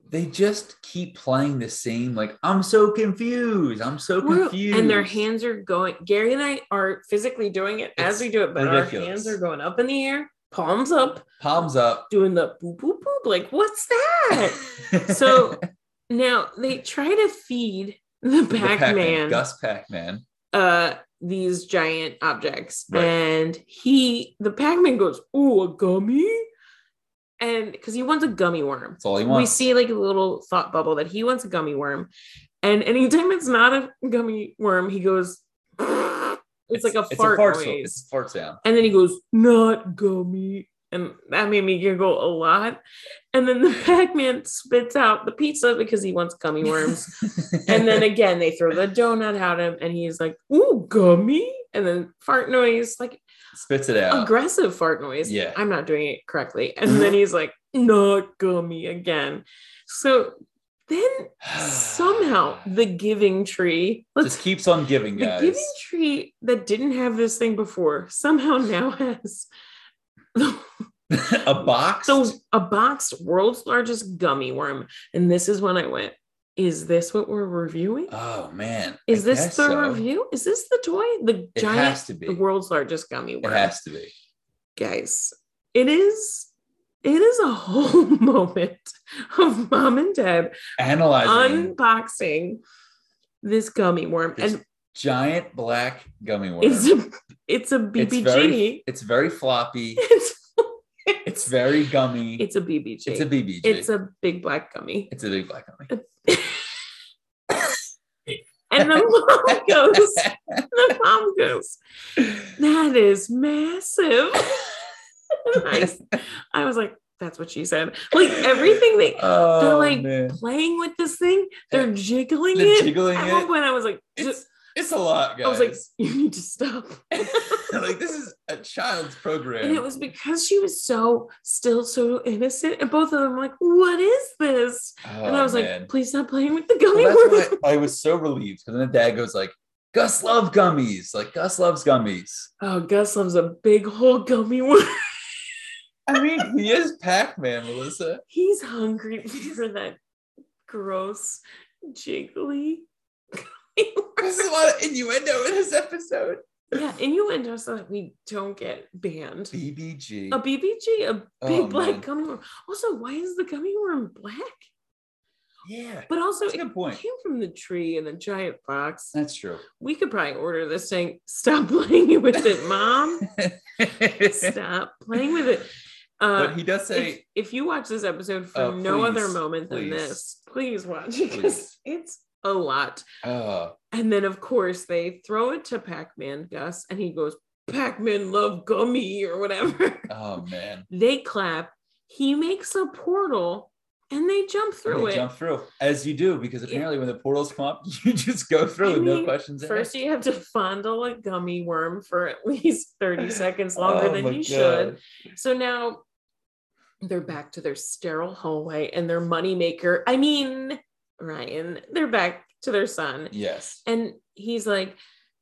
Speaker 1: they just keep playing the same, like, I'm so confused. I'm so
Speaker 3: we're-
Speaker 1: confused.
Speaker 3: and their hands are going. Gary and I are physically doing it as
Speaker 1: It's
Speaker 3: we do it, but
Speaker 1: ridiculous.
Speaker 3: our hands are going up in the air, palms up,
Speaker 1: palms up.
Speaker 3: doing the boop boop boop. Like what's
Speaker 1: [LAUGHS]
Speaker 3: that? so now they try to feed the
Speaker 1: The
Speaker 3: Pac Man
Speaker 1: Gus Pac-Man.
Speaker 3: uh these giant objects
Speaker 1: Right.
Speaker 3: and he the pac-man goes oh a gummy and because he wants a gummy worm
Speaker 1: That's all he
Speaker 3: we
Speaker 1: wants.
Speaker 3: see like a little thought bubble that he wants a gummy worm and anytime it's not a gummy worm he goes [LAUGHS] it's, like a fart,
Speaker 1: so-
Speaker 3: noise
Speaker 1: It's a fart sound.
Speaker 3: and then he goes not gummy and that made me giggle a lot and then the [LAUGHS] pac-man spits out the pizza because he wants gummy worms and then again, they throw the donut at him, and he's like, "Ooh, gummy!" And then fart noise, like
Speaker 1: [LAUGHS] spits it out.
Speaker 3: aggressive fart noise.
Speaker 1: Yeah. Mm-hmm.
Speaker 3: I'm not doing it correctly. And then he's like, "Not gummy again." So then somehow the giving tree,
Speaker 1: [SIGHS]
Speaker 3: let's
Speaker 1: just keeps on giving,
Speaker 3: the
Speaker 1: guys.
Speaker 3: giving tree that didn't have this thing before somehow now [LAUGHS] has
Speaker 1: [LAUGHS] a box.
Speaker 3: so a boxed world's largest gummy worm. And this is when I went. Is this what we're reviewing?
Speaker 1: Oh man. I
Speaker 3: Is this the
Speaker 1: guess so.
Speaker 3: review? Is this the toy? The
Speaker 1: It
Speaker 3: giant,
Speaker 1: has to be.
Speaker 3: the world's largest gummy
Speaker 1: It
Speaker 3: worm,
Speaker 1: has to be.
Speaker 3: guys. It is. It is a whole [LAUGHS] moment of mom and dad
Speaker 1: Analyzing
Speaker 3: unboxing this gummy worm,
Speaker 1: This-
Speaker 3: and
Speaker 1: giant black gummy worm.
Speaker 3: It's a it's a BBG.
Speaker 1: It's very, it's very
Speaker 3: [LAUGHS]
Speaker 1: floppy.
Speaker 3: It's
Speaker 1: [LAUGHS] It's very gummy. It's,
Speaker 3: it's a BBG.
Speaker 1: a BBG.
Speaker 3: It's a big black gummy.
Speaker 1: It's a big black
Speaker 3: [SIGHS]
Speaker 1: gummy. [LAUGHS]
Speaker 3: And the mom goes, the mom goes, that is massive. [LAUGHS] And I, s- I was like, that's what she said. Like
Speaker 1: [LAUGHS]
Speaker 3: everything they
Speaker 1: Oh,
Speaker 3: like,
Speaker 1: man.
Speaker 3: playing with this thing, they're jiggling
Speaker 1: They're
Speaker 3: it.
Speaker 1: jiggling
Speaker 3: At
Speaker 1: it.
Speaker 3: one point, I was like,
Speaker 1: It's, it's a lot, guys.
Speaker 3: I was like, you need
Speaker 1: [LAUGHS]
Speaker 3: to stop. [LAUGHS]
Speaker 1: like this is a child's program.
Speaker 3: And it was because she was so still so innocent. And both of them were like, what is this?
Speaker 1: Oh,
Speaker 3: and I was
Speaker 1: man.
Speaker 3: like, please stop playing with the gummy
Speaker 1: Well, [LAUGHS]
Speaker 3: worm.
Speaker 1: that's why I was so relieved because then the dad goes like, "Gus loves gummies. Like Gus loves gummies."
Speaker 3: [LAUGHS] Oh, Gus loves a big whole gummy worm.
Speaker 1: I mean, he is Pac-Man, Melissa.
Speaker 3: He's hungry [LAUGHS] for that gross, jiggly. [LAUGHS] gummy worm.
Speaker 1: There's a lot of innuendo in this episode.
Speaker 3: yeah, innuendo so that we don't get banned.
Speaker 1: BBG.
Speaker 3: A BBG, a big
Speaker 1: Oh,
Speaker 3: black
Speaker 1: man.
Speaker 3: gummy worm. Also, why is the gummy worm black?
Speaker 1: Yeah,
Speaker 3: But also,
Speaker 1: that's a
Speaker 3: it
Speaker 1: good point. Uh,
Speaker 3: came from the tree and the giant fox.
Speaker 1: That's true.
Speaker 3: We could probably order this thing. Stop [LAUGHS] playing with it,
Speaker 1: [LAUGHS]
Speaker 3: mom. Stop playing with it. Uh,
Speaker 1: but he does
Speaker 3: if,
Speaker 1: say,
Speaker 3: if you watch this episode for
Speaker 1: Uh,
Speaker 3: no other
Speaker 1: please,
Speaker 3: moment than
Speaker 1: please.
Speaker 3: this, please watch it because
Speaker 1: Please.
Speaker 3: it's a lot.
Speaker 1: "Oh,
Speaker 3: And then, of course, they throw it to Pac Man Gus and he goes, Pac Man love gummy or whatever. [LAUGHS]
Speaker 1: oh man."
Speaker 3: They clap. He makes a portal and they jump through
Speaker 1: They
Speaker 3: it.
Speaker 1: Jump through as you do because apparently when the portals come up, [LAUGHS] you just go through
Speaker 3: I
Speaker 1: with no
Speaker 3: mean,
Speaker 1: questions. asked.
Speaker 3: First, you have to fondle a gummy worm for at least [LAUGHS]
Speaker 1: [LAUGHS]
Speaker 3: 30 seconds longer
Speaker 1: Oh
Speaker 3: than
Speaker 1: my
Speaker 3: you
Speaker 1: God.
Speaker 3: should. So now they're back to their sterile hallway and their moneymaker. I mean, Ryan, they're back to their son.
Speaker 1: Yes.
Speaker 3: And he's like,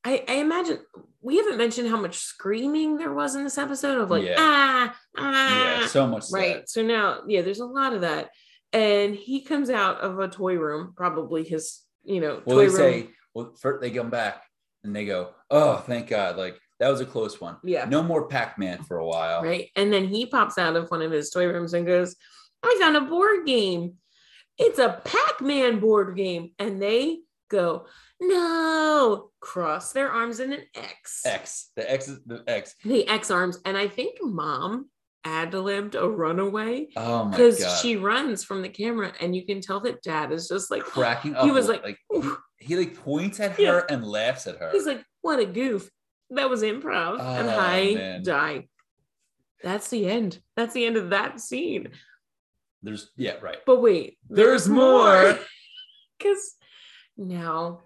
Speaker 3: I, I imagine we haven't mentioned how much screaming there was in this episode of like,
Speaker 1: Yeah.
Speaker 3: ah, ah,
Speaker 1: yeah. So much.
Speaker 3: right.
Speaker 1: Right.
Speaker 3: So now, yeah, there's a lot of that. And he comes out of a toy room, probably his, you know,
Speaker 1: Well,
Speaker 3: toy
Speaker 1: they
Speaker 3: room.
Speaker 1: say, well, first they come back and they go, "Oh, thank God! Like that was a close one.
Speaker 3: yeah.
Speaker 1: No more Pac-Man for a while."
Speaker 3: right? And then he pops out of one of his toy rooms and goes, I found a board game. It's a Pac Man board game. And they go, No, cross their arms in an X.
Speaker 1: X. The X is the X.
Speaker 3: The X arms. And I think mom ad libbed a runaway
Speaker 1: Oh my
Speaker 3: because
Speaker 1: God.
Speaker 3: she runs from the camera and you can tell that dad is just like,
Speaker 1: cracking up.
Speaker 3: He was like,
Speaker 1: he, he like points at her
Speaker 3: Yeah.
Speaker 1: and laughs at her.
Speaker 3: He's like, What a goof. That was improv. and
Speaker 1: Oh,
Speaker 3: I
Speaker 1: man.
Speaker 3: die. That's the end. That's the end of that scene.
Speaker 1: There's yeah, right.
Speaker 3: But wait,
Speaker 1: There's
Speaker 3: [LAUGHS]
Speaker 1: more.
Speaker 3: Because now,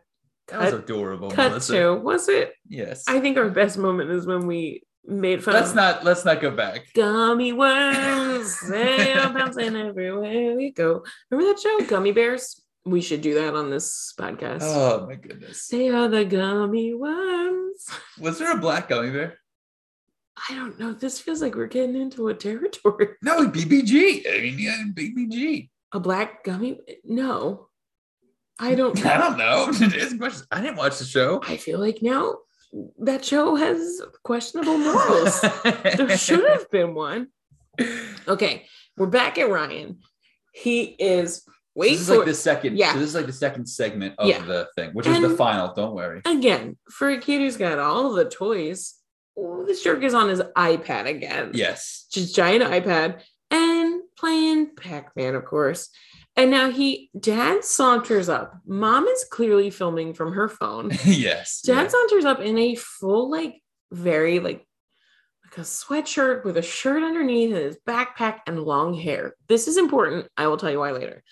Speaker 1: That was
Speaker 3: Cut-
Speaker 1: adorable,
Speaker 3: cut
Speaker 1: Melissa.
Speaker 3: to was it?
Speaker 1: Yes.
Speaker 3: I think our best moment is when we made fun
Speaker 1: let's
Speaker 3: of
Speaker 1: not let's not go back.
Speaker 3: gummy worms. they are bouncing everywhere we go. Remember that show, Gummy Bears? We should do that on this podcast.
Speaker 1: Oh my goodness.
Speaker 3: They are the gummy worms.
Speaker 1: Was there a black gummy bear?
Speaker 3: I don't know. This feels like we're getting into a territory. [LAUGHS]
Speaker 1: No, BBG. I mean, yeah, BBG.
Speaker 3: A black gummy? No,
Speaker 1: [LAUGHS]
Speaker 3: I don't.
Speaker 1: I don't know. Ask questions. I didn't watch the show.
Speaker 3: I feel like now that show has questionable
Speaker 1: [LAUGHS]
Speaker 3: morals. there should have been one. Okay, we're back at Ryan. He is wait
Speaker 1: this is
Speaker 3: for
Speaker 1: like the second.
Speaker 3: Yeah.
Speaker 1: So this is like the second segment of
Speaker 3: Yeah.
Speaker 1: the thing, which is
Speaker 3: And-
Speaker 1: the final. Don't worry.
Speaker 3: again for a kid who's got all the toys. oh, This jerk is on his iPad again.
Speaker 1: Yes. [LAUGHS]
Speaker 3: just giant iPad and playing Pac Man, of course. And now he dad saunters up. Mom is clearly filming from her phone.
Speaker 1: yes.
Speaker 3: Dad saunters up in a full, like, very, like, like a sweatshirt with a shirt underneath and his backpack and long hair. This is important. I will tell you why later.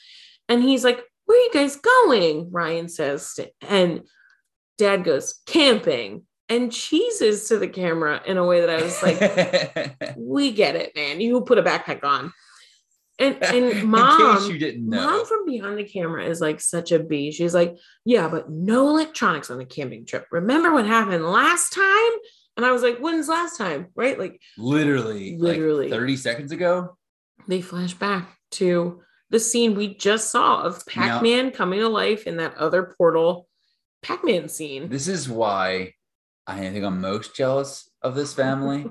Speaker 3: And he's like, Where are you guys going? Ryan says. to- And dad goes, Camping and cheeses to the camera in a way that I
Speaker 1: [LAUGHS]
Speaker 3: was like, We get it, man. You put a backpack on. And, and
Speaker 1: in
Speaker 3: mom,
Speaker 1: case you didn't
Speaker 3: Mom
Speaker 1: know,
Speaker 3: from behind the camera is like such a bee. She's like, yeah, but no electronics on the camping trip. Remember what happened last time? And I was like, when's last time? Right? Like
Speaker 1: literally,
Speaker 3: Literally.
Speaker 1: like 30 seconds ago.
Speaker 3: they flash back to the scene we just saw of Pac Man coming to life in that other portal Pac Man scene.
Speaker 1: This is why I think I'm most jealous of this
Speaker 3: [LAUGHS]
Speaker 1: family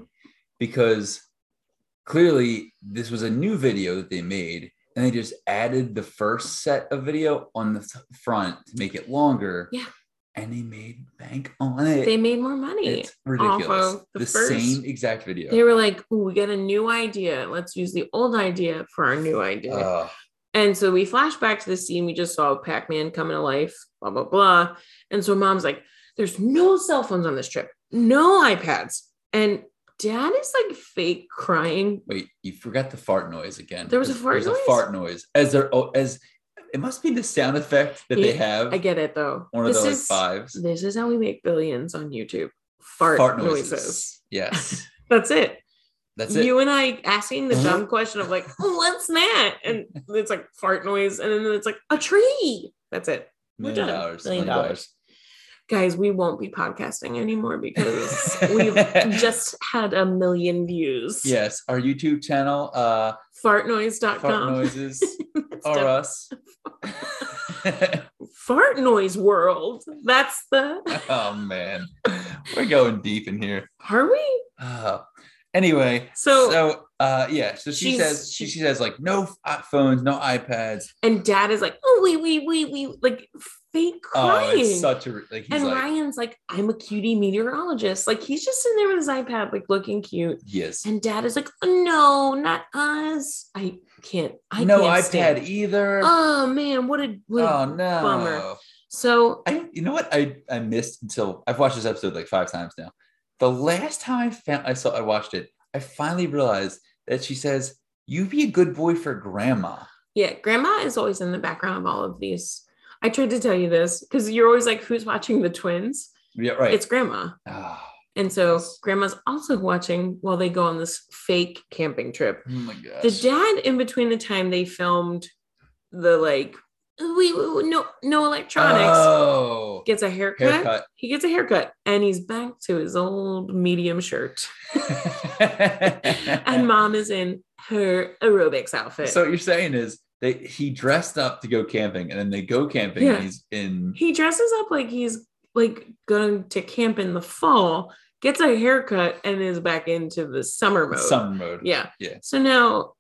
Speaker 1: because clearly this was a new video that they made and they just added the first set of video on the front to make it longer.
Speaker 3: Yeah.
Speaker 1: and they made bank on it.
Speaker 3: They made more money.
Speaker 1: it's ridiculous.
Speaker 3: of
Speaker 1: the
Speaker 3: the first-
Speaker 1: same exact video.
Speaker 3: They were like, Ooh, we got a new idea. Let's use the old idea for our new idea.
Speaker 1: Ugh.
Speaker 3: And so we flash back to the scene we just saw of Pac Man coming to life, blah, blah, blah. And so mom's like, there's no cell phones on this trip, no iPads. And dad is like fake crying.
Speaker 1: Wait, you forgot the fart noise again.
Speaker 3: There was a
Speaker 1: There's-
Speaker 3: fart
Speaker 1: there's
Speaker 3: noise?
Speaker 1: a fart noise. As there, oh, as it must be the sound effect that they
Speaker 3: Yeah,
Speaker 1: have.
Speaker 3: I get it though.
Speaker 1: one of
Speaker 3: this
Speaker 1: the like
Speaker 3: is
Speaker 1: fives.
Speaker 3: this is how we make billions on YouTube. Fart, noises. [LAUGHS]
Speaker 1: Yes,
Speaker 3: That's it.
Speaker 1: that's it. Mm-hmm.
Speaker 3: you and I asking the dumb question of like, what's that? And it's like fart noise. And then it's like a tree. That's it.
Speaker 1: Million
Speaker 3: done.
Speaker 1: dollars.
Speaker 3: Million
Speaker 1: million
Speaker 3: dollars. Guys, we won't be podcasting anymore
Speaker 1: [LAUGHS]
Speaker 3: because we've just had a million views.
Speaker 1: Yes, our YouTube channel, uh,
Speaker 3: Fartnoise.com.
Speaker 1: fart
Speaker 3: [LAUGHS]
Speaker 1: noises
Speaker 3: It's
Speaker 1: are
Speaker 3: done.
Speaker 1: us. [LAUGHS]
Speaker 3: Fart noise world. That's the.
Speaker 1: [LAUGHS] oh man, we're going deep in here.
Speaker 3: Are we?
Speaker 1: Uh, anyway,
Speaker 3: So,
Speaker 1: so uh, yeah, so she
Speaker 3: She's-
Speaker 1: says she, she says like no f- phones, no iPads.
Speaker 3: and dad is like, oh, we, we, we, we, like fake
Speaker 1: Oh,
Speaker 3: crying.
Speaker 1: it's such a like he's
Speaker 3: and
Speaker 1: like
Speaker 3: Ryan's like, I'm a cutie meteorologist. Like he's just sitting there with his iPad, like looking cute.
Speaker 1: yes.
Speaker 3: And dad is like, oh, no, not us. I can't. I
Speaker 1: no
Speaker 3: can't
Speaker 1: iPad
Speaker 3: stand it.
Speaker 1: either.
Speaker 3: Oh man, what a, what a
Speaker 1: oh no.
Speaker 3: bummer. so
Speaker 1: I you know what I I missed until I've watched this episode like five times now. The last time I found I saw I watched it, I finally realized that she says, "You be a good boy for grandma."
Speaker 3: yeah, grandma is always in the background of all of these. I tried to tell you this because you're always like, who's watching the twins?
Speaker 1: Yeah, right.
Speaker 3: It's grandma.
Speaker 1: Ah,
Speaker 3: And so
Speaker 1: Yes.
Speaker 3: grandma's also watching while they go on this fake camping trip.
Speaker 1: oh my gosh.
Speaker 3: the dad in between the time they filmed the like we, we- we- no no electronics
Speaker 1: Oh,
Speaker 3: gets a haircut.
Speaker 1: haircut.
Speaker 3: he gets a haircut and he's back to his old medium shirt
Speaker 1: [LAUGHS]
Speaker 3: and mom is in her aerobics outfit
Speaker 1: so what you're saying is they he dressed up to go camping, and then they go camping.
Speaker 3: Yeah.
Speaker 1: And he's in.
Speaker 3: he dresses up like he's like going to camp in the fall gets a haircut and is back into the summer mode
Speaker 1: Summer mode.
Speaker 3: yeah
Speaker 1: Yeah. [LAUGHS]
Speaker 3: so now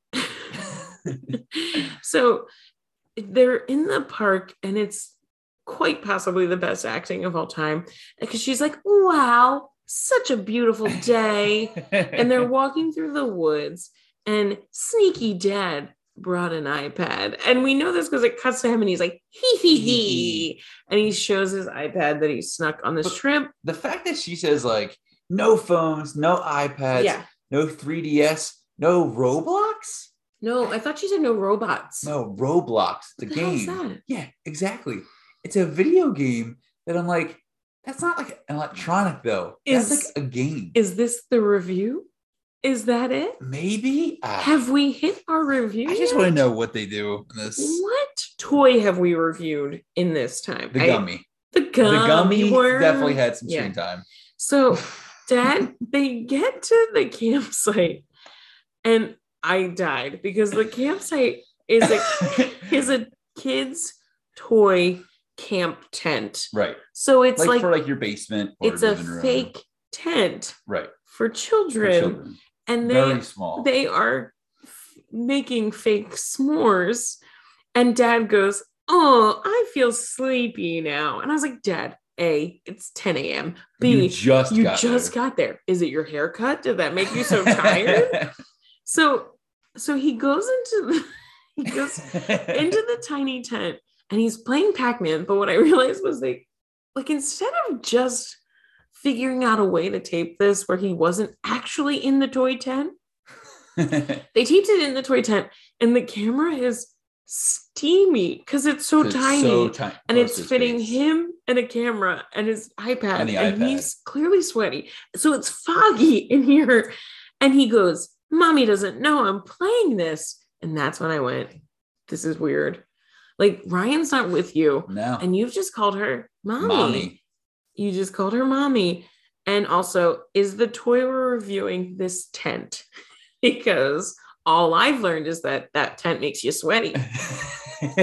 Speaker 3: so they're in the park and it's quite possibly the best acting of all time because she's like wow such a beautiful
Speaker 1: [LAUGHS]
Speaker 3: day and they're walking through the woods and sneaky dad brought an ipad and we know this because it cuts to him and he's like hee hee hee and he shows his ipad that he snuck on this
Speaker 1: But-
Speaker 3: trip
Speaker 1: the fact that she says like no phones, no iPads,
Speaker 3: yeah
Speaker 1: no 3DS, no Roblox,
Speaker 3: no i thought she said no robots
Speaker 1: no Roblox. It's a
Speaker 3: What the hell is
Speaker 1: game.
Speaker 3: that?
Speaker 1: Yeah, exactly. It's a video game that I'm like, that's not like an electronic though. It's
Speaker 3: Is-
Speaker 1: like a game.
Speaker 3: is this the review is that it
Speaker 1: Maybe I,
Speaker 3: have we hit our review
Speaker 1: Ah. I just
Speaker 3: yet?
Speaker 1: want to know what they do in this.
Speaker 3: What toy have we reviewed in this time?
Speaker 1: The
Speaker 3: I-
Speaker 1: gummy.
Speaker 3: the gummy.
Speaker 1: the gummy
Speaker 3: worm.
Speaker 1: definitely had some
Speaker 3: Yeah.
Speaker 1: screen time.
Speaker 3: So, Dad, they get to the campsite, and I died because the campsite is
Speaker 1: [LAUGHS]
Speaker 3: a is a kid's toy camp tent.
Speaker 1: right.
Speaker 3: So it's
Speaker 1: Like,
Speaker 3: like,
Speaker 1: for like your basement or
Speaker 3: it's a
Speaker 1: living room.
Speaker 3: fake tent
Speaker 1: right for
Speaker 3: for children,
Speaker 1: children.
Speaker 3: and they
Speaker 1: Very small.
Speaker 3: they are f- making fake s'mores. And dad goes, Oh, I feel sleepy now. And I was like, Dad, A, it's 10 a.m.
Speaker 1: you
Speaker 3: B,
Speaker 1: just
Speaker 3: you
Speaker 1: got
Speaker 3: just
Speaker 1: there.
Speaker 3: got there. Is it your haircut? Did that make
Speaker 1: [LAUGHS]
Speaker 3: you so tired? so so he goes into the [LAUGHS] he goes
Speaker 1: [LAUGHS]
Speaker 3: into the tiny tent and he's playing Pac-Man. But what I [LAUGHS] realized was they like instead of just figuring out a way to tape this where he wasn't actually in the toy tent, they taped it in the toy tent and the camera is steamy because it's so
Speaker 1: It's
Speaker 3: tiny
Speaker 1: so tiny.
Speaker 3: and
Speaker 1: Close
Speaker 3: it's
Speaker 1: to his
Speaker 3: fitting
Speaker 1: face.
Speaker 3: him and a camera and his iPad
Speaker 1: And the iPad.
Speaker 3: he's clearly sweaty so it's foggy [LAUGHS] in here and he goes mommy doesn't know I'm playing this and that's when I went this is weird like Ryan's not with you
Speaker 1: No.
Speaker 3: and you've just called her mommy,
Speaker 1: mommy. [LAUGHS]
Speaker 3: you just called her mommy and also is the toy we're reviewing this tent [LAUGHS] because all I've learned is that that tent makes you sweaty and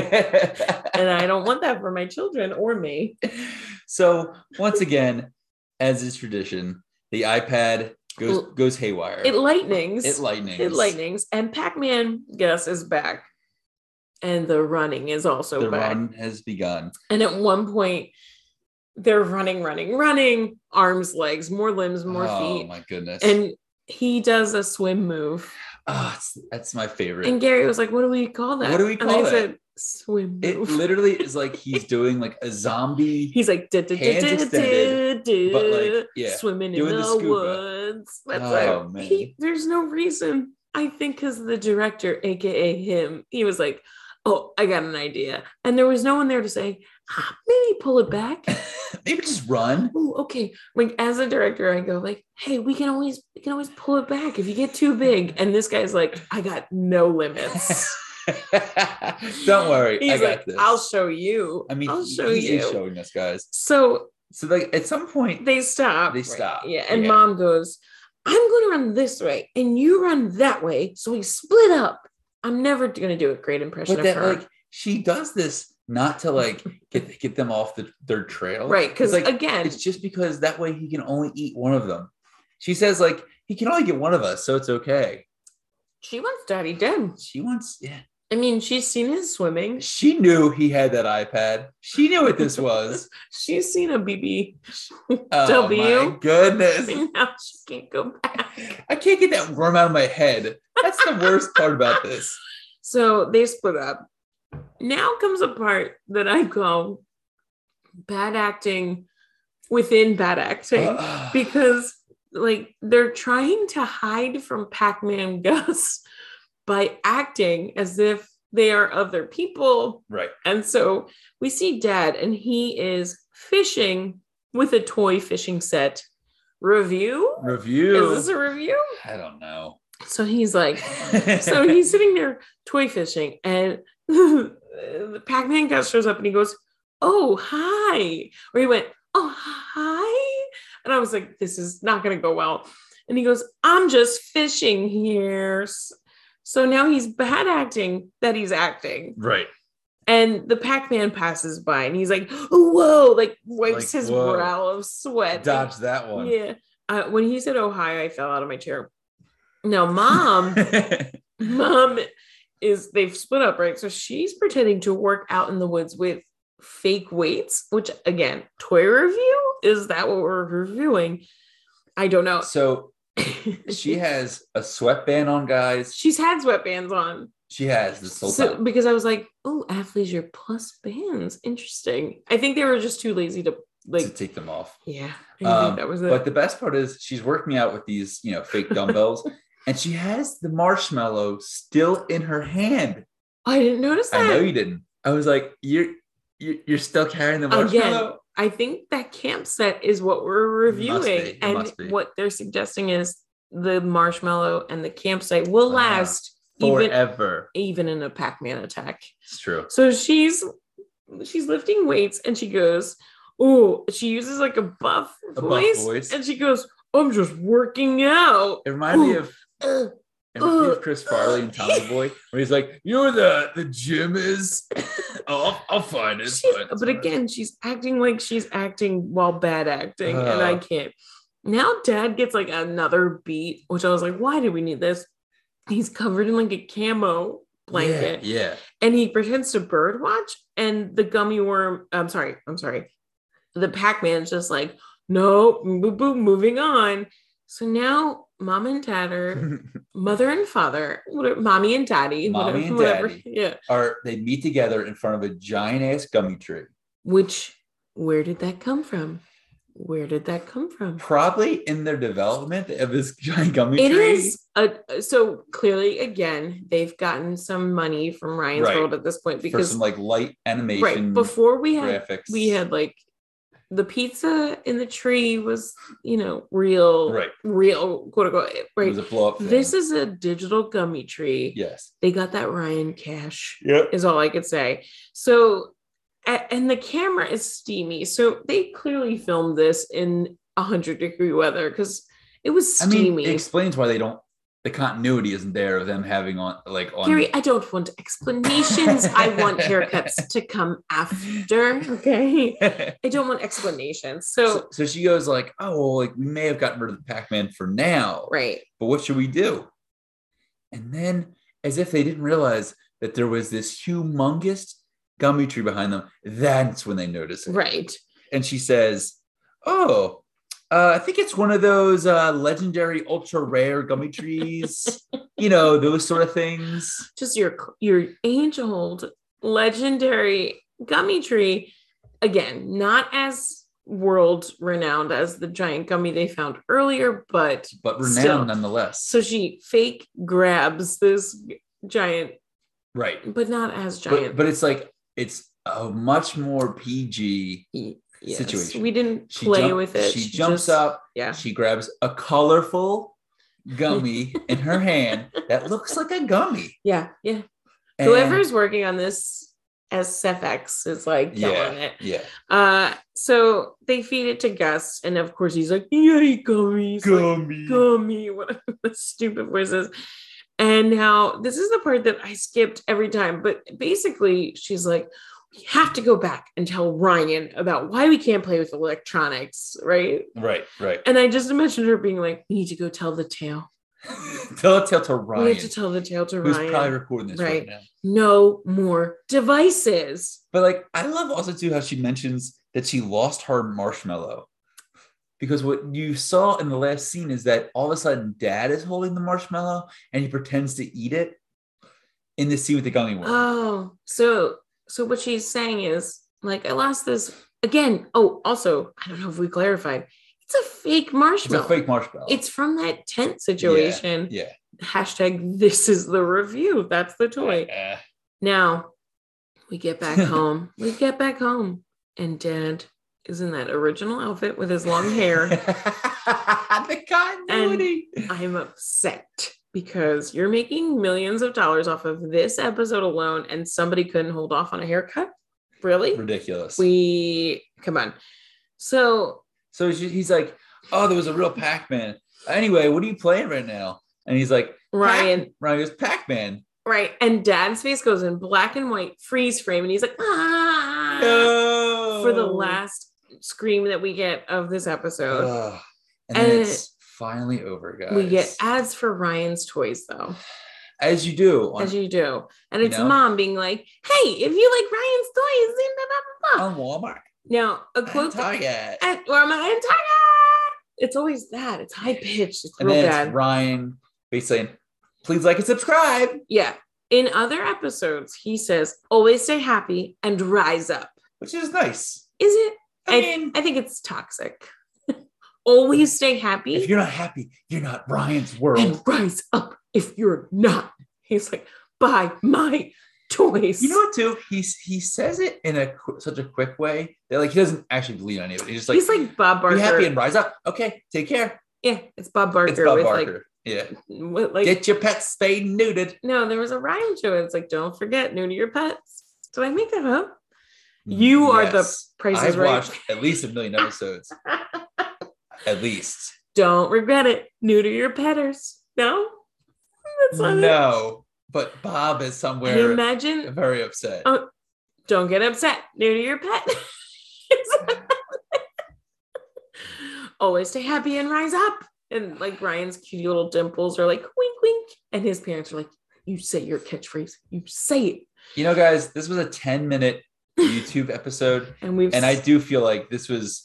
Speaker 3: I don't want that for my children or me.
Speaker 1: so once again, as is tradition, the iPad goes
Speaker 3: L-
Speaker 1: goes haywire.
Speaker 3: It lightnings.
Speaker 1: it lightnings.
Speaker 3: It lightnings. And Pac-Man Gus is back. And the running is also
Speaker 1: The
Speaker 3: back.
Speaker 1: run has begun.
Speaker 3: And at one point, they're running, running, running, arms, legs, more limbs, more
Speaker 1: oh
Speaker 3: feet.
Speaker 1: my goodness.
Speaker 3: And he does a swim move.
Speaker 1: oh, it's, that's my favorite.
Speaker 3: And Gary was like, What do we call that?
Speaker 1: What do we
Speaker 3: and
Speaker 1: call
Speaker 3: I
Speaker 1: it?
Speaker 3: said, Swim [LAUGHS]
Speaker 1: it
Speaker 3: move.
Speaker 1: literally is like he's doing like a zombie
Speaker 3: [LAUGHS] He's like, "Duh, duh, duh,
Speaker 1: Hands
Speaker 3: duh,
Speaker 1: extended,
Speaker 3: duh,
Speaker 1: but,
Speaker 3: duh,
Speaker 1: like, yeah,
Speaker 3: swimming in
Speaker 1: doing
Speaker 3: the,
Speaker 1: the scuba."
Speaker 3: woods. That's
Speaker 1: Oh,
Speaker 3: like, he-
Speaker 1: man.
Speaker 3: there's no reason. I think because the director, aka him, he was like, "Oh, I got an idea," and there was no one there to say, ah, "Maybe pull it
Speaker 1: [LAUGHS]
Speaker 3: back."
Speaker 1: maybe just run [LAUGHS]
Speaker 3: oh, okay. Like as a director, I go like, "Hey, we can always we can always pull it back if you get too big." And this guy's like, "I got no limits."
Speaker 1: don't worry [LAUGHS]
Speaker 3: He's
Speaker 1: i got
Speaker 3: like,
Speaker 1: this
Speaker 3: "I'll show you."
Speaker 1: i mean
Speaker 3: I'll
Speaker 1: he-
Speaker 3: show
Speaker 1: he
Speaker 3: you.
Speaker 1: is showing us guys
Speaker 3: so
Speaker 1: so like at some point
Speaker 3: they stop.
Speaker 1: They stop,
Speaker 3: Yeah. And
Speaker 1: yeah.
Speaker 3: mom goes, I'm going to run this way and you run that way. So we split up. I'm never going to do a great impression
Speaker 1: but
Speaker 3: of
Speaker 1: that
Speaker 3: her.
Speaker 1: like she does this not to like get get them off the, their trail
Speaker 3: right.
Speaker 1: It's
Speaker 3: Because
Speaker 1: like
Speaker 3: again,
Speaker 1: it's just because that way he can only eat one of them she says like he can only get one of us so it's okay
Speaker 3: she wants daddy dead.
Speaker 1: she wants yeah
Speaker 3: I mean, she's seen his swimming.
Speaker 1: she knew he had that ipad she knew what this
Speaker 3: [LAUGHS]
Speaker 1: was
Speaker 3: She's seen a [LAUGHS] BB.
Speaker 1: oh
Speaker 3: W.
Speaker 1: my goodness
Speaker 3: And now she can't go back.
Speaker 1: I can't get that worm out of my head. That's the worst part about
Speaker 3: [LAUGHS]
Speaker 1: this.
Speaker 3: So they split up. Now comes a part that I call bad acting within bad acting.
Speaker 1: Uh,
Speaker 3: because like they're trying to hide from Pac-Man [LAUGHS] Gus by acting as if they are other people.
Speaker 1: right.
Speaker 3: And so we see dad and he is fishing with a toy fishing set. Review?
Speaker 1: Review.
Speaker 3: Is this a review?
Speaker 1: I don't know.
Speaker 3: So he's like [LAUGHS]
Speaker 1: [LAUGHS]
Speaker 3: so he's sitting there toy fishing and [LAUGHS] Pac-Man Gus shows up and he goes, Oh, hi. Or he went, Oh, hi. And I was like, this is not gonna go well. And he goes, I'm just fishing here. S- So now he's bad acting that he's acting.
Speaker 1: right.
Speaker 3: And the Pac-Man passes by and he's like, "Oh, whoa, like wipes
Speaker 1: Like,
Speaker 3: his
Speaker 1: whoa.
Speaker 3: brow of sweat.
Speaker 1: Dodge that one.
Speaker 3: Yeah. Uh, when he said oh hi, I fell out of my chair.
Speaker 1: [LAUGHS]
Speaker 3: Now, mom mom is they've split up, right? So she's pretending to work out in the woods with fake weights, which again, toy review is that what we're reviewing? I don't know.
Speaker 1: so [LAUGHS] she has a sweatband on, guys.
Speaker 3: she's had sweatbands on
Speaker 1: She has this whole
Speaker 3: so,
Speaker 1: time.
Speaker 3: because I was like, oh, athleisure plus bands, interesting. I think they were just too lazy to
Speaker 1: to
Speaker 3: like,
Speaker 1: take them off.
Speaker 3: yeah, I
Speaker 1: Um,
Speaker 3: think that was it.
Speaker 1: But the best part is she's working out with these, you know, fake
Speaker 3: [LAUGHS]
Speaker 1: dumbbells, and she has the marshmallow still in her hand.
Speaker 3: Oh, I didn't notice that.
Speaker 1: I know you didn't. I was like, you're you're you're still carrying the
Speaker 3: Again,
Speaker 1: marshmallow.
Speaker 3: I think that campset is what we're reviewing.
Speaker 1: Must be. It must be.
Speaker 3: And what they're suggesting is the marshmallow and the campsite will
Speaker 1: Wow.
Speaker 3: last even
Speaker 1: Forever.
Speaker 3: even in a Pac-Man attack.
Speaker 1: It's true.
Speaker 3: So she's she's lifting weights and she goes, Oh, she uses like a buff,
Speaker 1: A buff
Speaker 3: voice,
Speaker 1: voice.
Speaker 3: And she goes, I'm just
Speaker 1: [LAUGHS]
Speaker 3: working out.
Speaker 1: It reminded me
Speaker 3: Ooh.
Speaker 1: of
Speaker 3: Ugh.
Speaker 1: it reminded me
Speaker 3: Ooh.
Speaker 1: of Chris Farley and
Speaker 3: [LAUGHS]
Speaker 1: Tommy Boy, where he's like, "You're the the gym is. oh, I'll, I'll find it."
Speaker 3: She's-
Speaker 1: find it.
Speaker 3: but again, she's acting like she's acting while bad acting, and I
Speaker 1: Uh.
Speaker 3: can't. Now, dad gets like another beat, which I was like, why do we need this? He's covered in like a camo blanket
Speaker 1: Yeah, yeah.
Speaker 3: and he pretends to bird watch, and the gummy worm, I'm sorry, I'm sorry. The Pac Man's just like, nope, boop, boop, moving on. So now, mom and dad
Speaker 1: [LAUGHS]
Speaker 3: are mother and father, what- mommy and daddy,
Speaker 1: Mommy
Speaker 3: whatever,
Speaker 1: and
Speaker 3: whatever.
Speaker 1: daddy.
Speaker 3: Yeah.
Speaker 1: Or they meet together in front of a giant ass gummy tree.
Speaker 3: Which, where did that come from? Where did that come from?
Speaker 1: Probably in their development of this [LAUGHS] giant gummy
Speaker 3: It
Speaker 1: tree.
Speaker 3: is a, so clearly again they've gotten some money from Ryan's
Speaker 1: Right.
Speaker 3: World at this point
Speaker 1: for
Speaker 3: because
Speaker 1: some like light animation
Speaker 3: right before we had
Speaker 1: graphics.
Speaker 3: we had like the pizza in the tree was you know real
Speaker 1: right.
Speaker 3: real quote unquote
Speaker 1: It
Speaker 3: right.
Speaker 1: was a blow up.
Speaker 3: This is a digital gummy tree.
Speaker 1: yes.
Speaker 3: They got that Ryan cash.
Speaker 1: Yep.
Speaker 3: is all I could say. So, a- and the camera is steamy. So they clearly filmed this in 100 degree weather because it was
Speaker 1: I mean,
Speaker 3: steamy.
Speaker 1: it explains why they don't. The continuity isn't there of them having on like on.
Speaker 3: Gary, I don't want explanations. I want haircuts to come after.
Speaker 1: [LAUGHS]
Speaker 3: Okay. I don't want explanations.
Speaker 1: so,
Speaker 3: So,
Speaker 1: so she goes like, "Oh, well, like we may have gotten rid of the Pac-Man for now,
Speaker 3: right.
Speaker 1: but what should we do?" And then, as if they didn't realize that there was this humongous gummy tree behind them, that's when they notice it.
Speaker 3: Right.
Speaker 1: and she says, "Oh, uh, I think it's one of those uh, legendary ultra rare gummy
Speaker 3: [LAUGHS]
Speaker 1: trees, you know, those sort of things."
Speaker 3: Just your your age old legendary gummy tree. Again, not as world renowned as the giant gummy they found earlier, but
Speaker 1: But renowned
Speaker 3: Still.
Speaker 1: nonetheless.
Speaker 3: so she fake grabs this giant,
Speaker 1: right.
Speaker 3: but not as
Speaker 1: But,
Speaker 3: giant.
Speaker 1: but it's like it's a much more PG
Speaker 3: Yes,
Speaker 1: situation.
Speaker 3: We didn't
Speaker 1: She
Speaker 3: play
Speaker 1: jump-
Speaker 3: with it.
Speaker 1: She, jumps
Speaker 3: just-
Speaker 1: up.
Speaker 3: Yeah.
Speaker 1: She grabs a colorful gummy in her hand that looks like a gummy.
Speaker 3: Yeah. Yeah.
Speaker 1: And-
Speaker 3: Whoever's working on this as SFX is like killing it.
Speaker 1: yeah,
Speaker 3: Uh, so they feed it to Gus, and of course he's like, "Yay, gummies! Like,
Speaker 1: gummy.
Speaker 3: gummy!" Whatever [LAUGHS] the stupid voices. And now this is the part that I skipped every time, but basically she's like, "We have to go back and tell Ryan about why we can't play with electronics, right?"
Speaker 1: Right, right.
Speaker 3: And I just imagined her being like, "We need to go tell the tale.
Speaker 1: tell, tell to
Speaker 3: We
Speaker 1: Ryan,
Speaker 3: have to tell the tale to
Speaker 1: who's
Speaker 3: Ryan.
Speaker 1: probably recording this right.
Speaker 3: Right.
Speaker 1: now.
Speaker 3: no more devices."
Speaker 1: But like, I love also too how she mentions that she lost her marshmallow. Because what you saw in the last scene is that all of a sudden dad is holding the marshmallow and he pretends to eat it in the scene with the gummy worm.
Speaker 3: Oh, so so what she's saying is like I lost this again. Oh, also I don't know if we clarified. It's a fake
Speaker 1: it's a
Speaker 3: marshmallow.
Speaker 1: fake marshmallow.
Speaker 3: It's from that tent situation.
Speaker 1: yeah.
Speaker 3: Hashtag this is the review. That's the toy.
Speaker 1: Uh,
Speaker 3: Now we get back home. We get back home, and Dad is in that original outfit with his long
Speaker 1: [LAUGHS]
Speaker 3: hair.
Speaker 1: the continuity.
Speaker 3: I'm upset because you're making millions of dollars off of this episode alone, and somebody couldn't hold off on a haircut. Really?
Speaker 1: Ridiculous.
Speaker 3: We come on. So
Speaker 1: so she, he's like, oh, there was a real Pac-Man. Anyway, what are you playing right now? And he's like,
Speaker 3: Ryan,
Speaker 1: Pac- Ryan goes, Pac-Man.
Speaker 3: right, and Dad's face goes in black and white freeze frame, and he's like, ah,
Speaker 1: No.
Speaker 3: for the last scream that we get of this episode.
Speaker 1: Ugh. And, then
Speaker 3: And
Speaker 1: it's finally over, Oh, guys.
Speaker 3: we get ads for Ryan's toys though,
Speaker 1: as you do on,
Speaker 3: as you do, and
Speaker 1: You
Speaker 3: it's
Speaker 1: know?
Speaker 3: mom being like, "Hey, if you like Ryan's toys, then blah, blah, blah, blah."
Speaker 1: on Walmart.
Speaker 3: now a quote
Speaker 1: And Target.
Speaker 3: at, or am I in Target? It's always that. It's high pitched. It's
Speaker 1: And
Speaker 3: real
Speaker 1: then
Speaker 3: bad.
Speaker 1: it's Ryan basically saying, please like and subscribe.
Speaker 3: Yeah. In other episodes, he says, always stay happy and rise up.
Speaker 1: Which is nice.
Speaker 3: Is it?
Speaker 1: I mean,
Speaker 3: I think it's toxic. [LAUGHS] always stay
Speaker 1: if
Speaker 3: happy
Speaker 1: you're not happy, you're not Ryan's world.
Speaker 3: and rise up if you're not. He's like, buy my toys.
Speaker 1: You know what, too? He's he says it in a qu- such a quick way that like he doesn't actually believe on anybody. He's just like,
Speaker 3: He's like Bob
Speaker 1: be
Speaker 3: Barker.
Speaker 1: happy and rise up. Okay, take care.
Speaker 3: yeah, it's Bob Barker
Speaker 1: It's Bob
Speaker 3: with
Speaker 1: Barker. yeah.
Speaker 3: like, what, like
Speaker 1: Get your pets spayed and neutered.
Speaker 3: no, there was a rhyme to it. It's like, don't forget, new to your pets. Did I make that up? You are the Price is
Speaker 1: I've
Speaker 3: Right.
Speaker 1: watched at least a million
Speaker 3: [LAUGHS]
Speaker 1: episodes. at least.
Speaker 3: Don't regret it. New to your petters. No? That's not it.
Speaker 1: No, but Bob is
Speaker 3: And
Speaker 1: somewhere
Speaker 3: imagine
Speaker 1: very upset.
Speaker 3: Oh. don't get upset new to your pet [LAUGHS] always stay happy and rise up and like ryan's cute little dimples are like wink wink and his parents are like you say your catchphrase you say it
Speaker 1: You know, guys, this was a 10 minute YouTube episode,
Speaker 3: and we've
Speaker 1: and I do feel like this was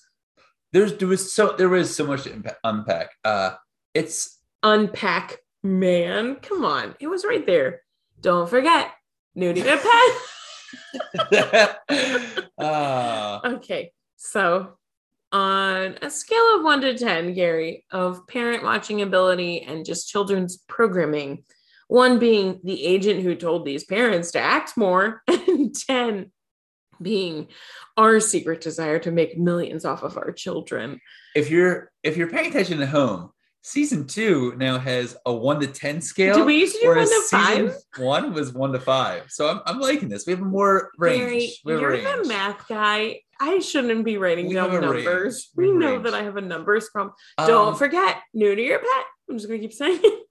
Speaker 1: there's there was so there was so much to unpa- unpack. Uh, it's
Speaker 3: unpack man come on it was right there don't forget new to your pet [LAUGHS]
Speaker 1: [LAUGHS] uh,
Speaker 3: okay so on a scale of 1 to 10 gary of parent watching ability and just children's programming one being the agent who told these parents to act more [LAUGHS] and 10 being our secret desire to make millions off of our children
Speaker 1: if you're if you're paying attention at home, season two now has a one to ten scale.
Speaker 3: do we used to do one
Speaker 1: whereas
Speaker 3: to
Speaker 1: season
Speaker 3: five
Speaker 1: One was one to five. So I'm, I'm liking this. We have more range.
Speaker 3: Gary,
Speaker 1: we have
Speaker 3: you're
Speaker 1: range.
Speaker 3: the math guy i shouldn't be writing
Speaker 1: We
Speaker 3: down
Speaker 1: have a range.
Speaker 3: numbers
Speaker 1: We
Speaker 3: we
Speaker 1: have a
Speaker 3: know
Speaker 1: range.
Speaker 3: that i have a numbers problem
Speaker 1: Um,
Speaker 3: don't forget new to your pet i'm just gonna keep saying it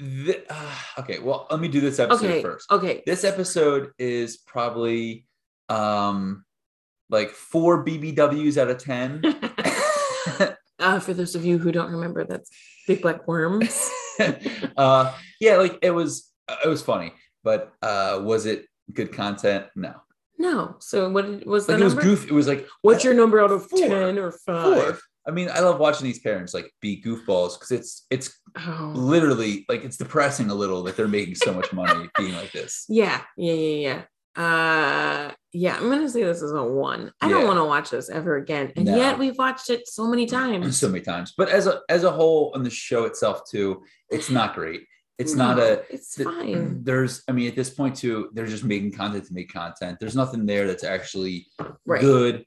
Speaker 1: Th- uh, okay, well, let me do this episode
Speaker 3: okay
Speaker 1: first.
Speaker 3: okay
Speaker 1: This episode is probably um like four BBWs out of ten.
Speaker 3: [LAUGHS]
Speaker 1: [LAUGHS]
Speaker 3: uh, for those of you who don't remember, that's Big Black
Speaker 1: [LAUGHS]
Speaker 3: Worms.
Speaker 1: uh, yeah, like it was it was funny, but uh, was it good content? No.
Speaker 3: No. So what did- was the
Speaker 1: Like it was
Speaker 3: number?
Speaker 1: goof. It was like
Speaker 3: What's your number out of
Speaker 1: Four.
Speaker 3: ten or
Speaker 1: four.
Speaker 3: five?
Speaker 1: I mean, I love watching these parents like be goofballs because it's it's
Speaker 3: Oh.
Speaker 1: literally like it's depressing a little that they're making so much
Speaker 3: [LAUGHS]
Speaker 1: money being like this.
Speaker 3: Yeah. Yeah. Yeah. Yeah. Uh, yeah. I'm gonna say this is a one. I don't
Speaker 1: Yeah.
Speaker 3: want to watch this ever again, and
Speaker 1: No.
Speaker 3: yet we've watched it so many times.
Speaker 1: so many times. But as a as a whole on the show itself too, it's not great. It's not
Speaker 3: No,
Speaker 1: a
Speaker 3: It's
Speaker 1: th-
Speaker 3: fine.
Speaker 1: There's, I mean, at this point too, they're just making content to make content. There's nothing there that's actually
Speaker 3: Right.
Speaker 1: good,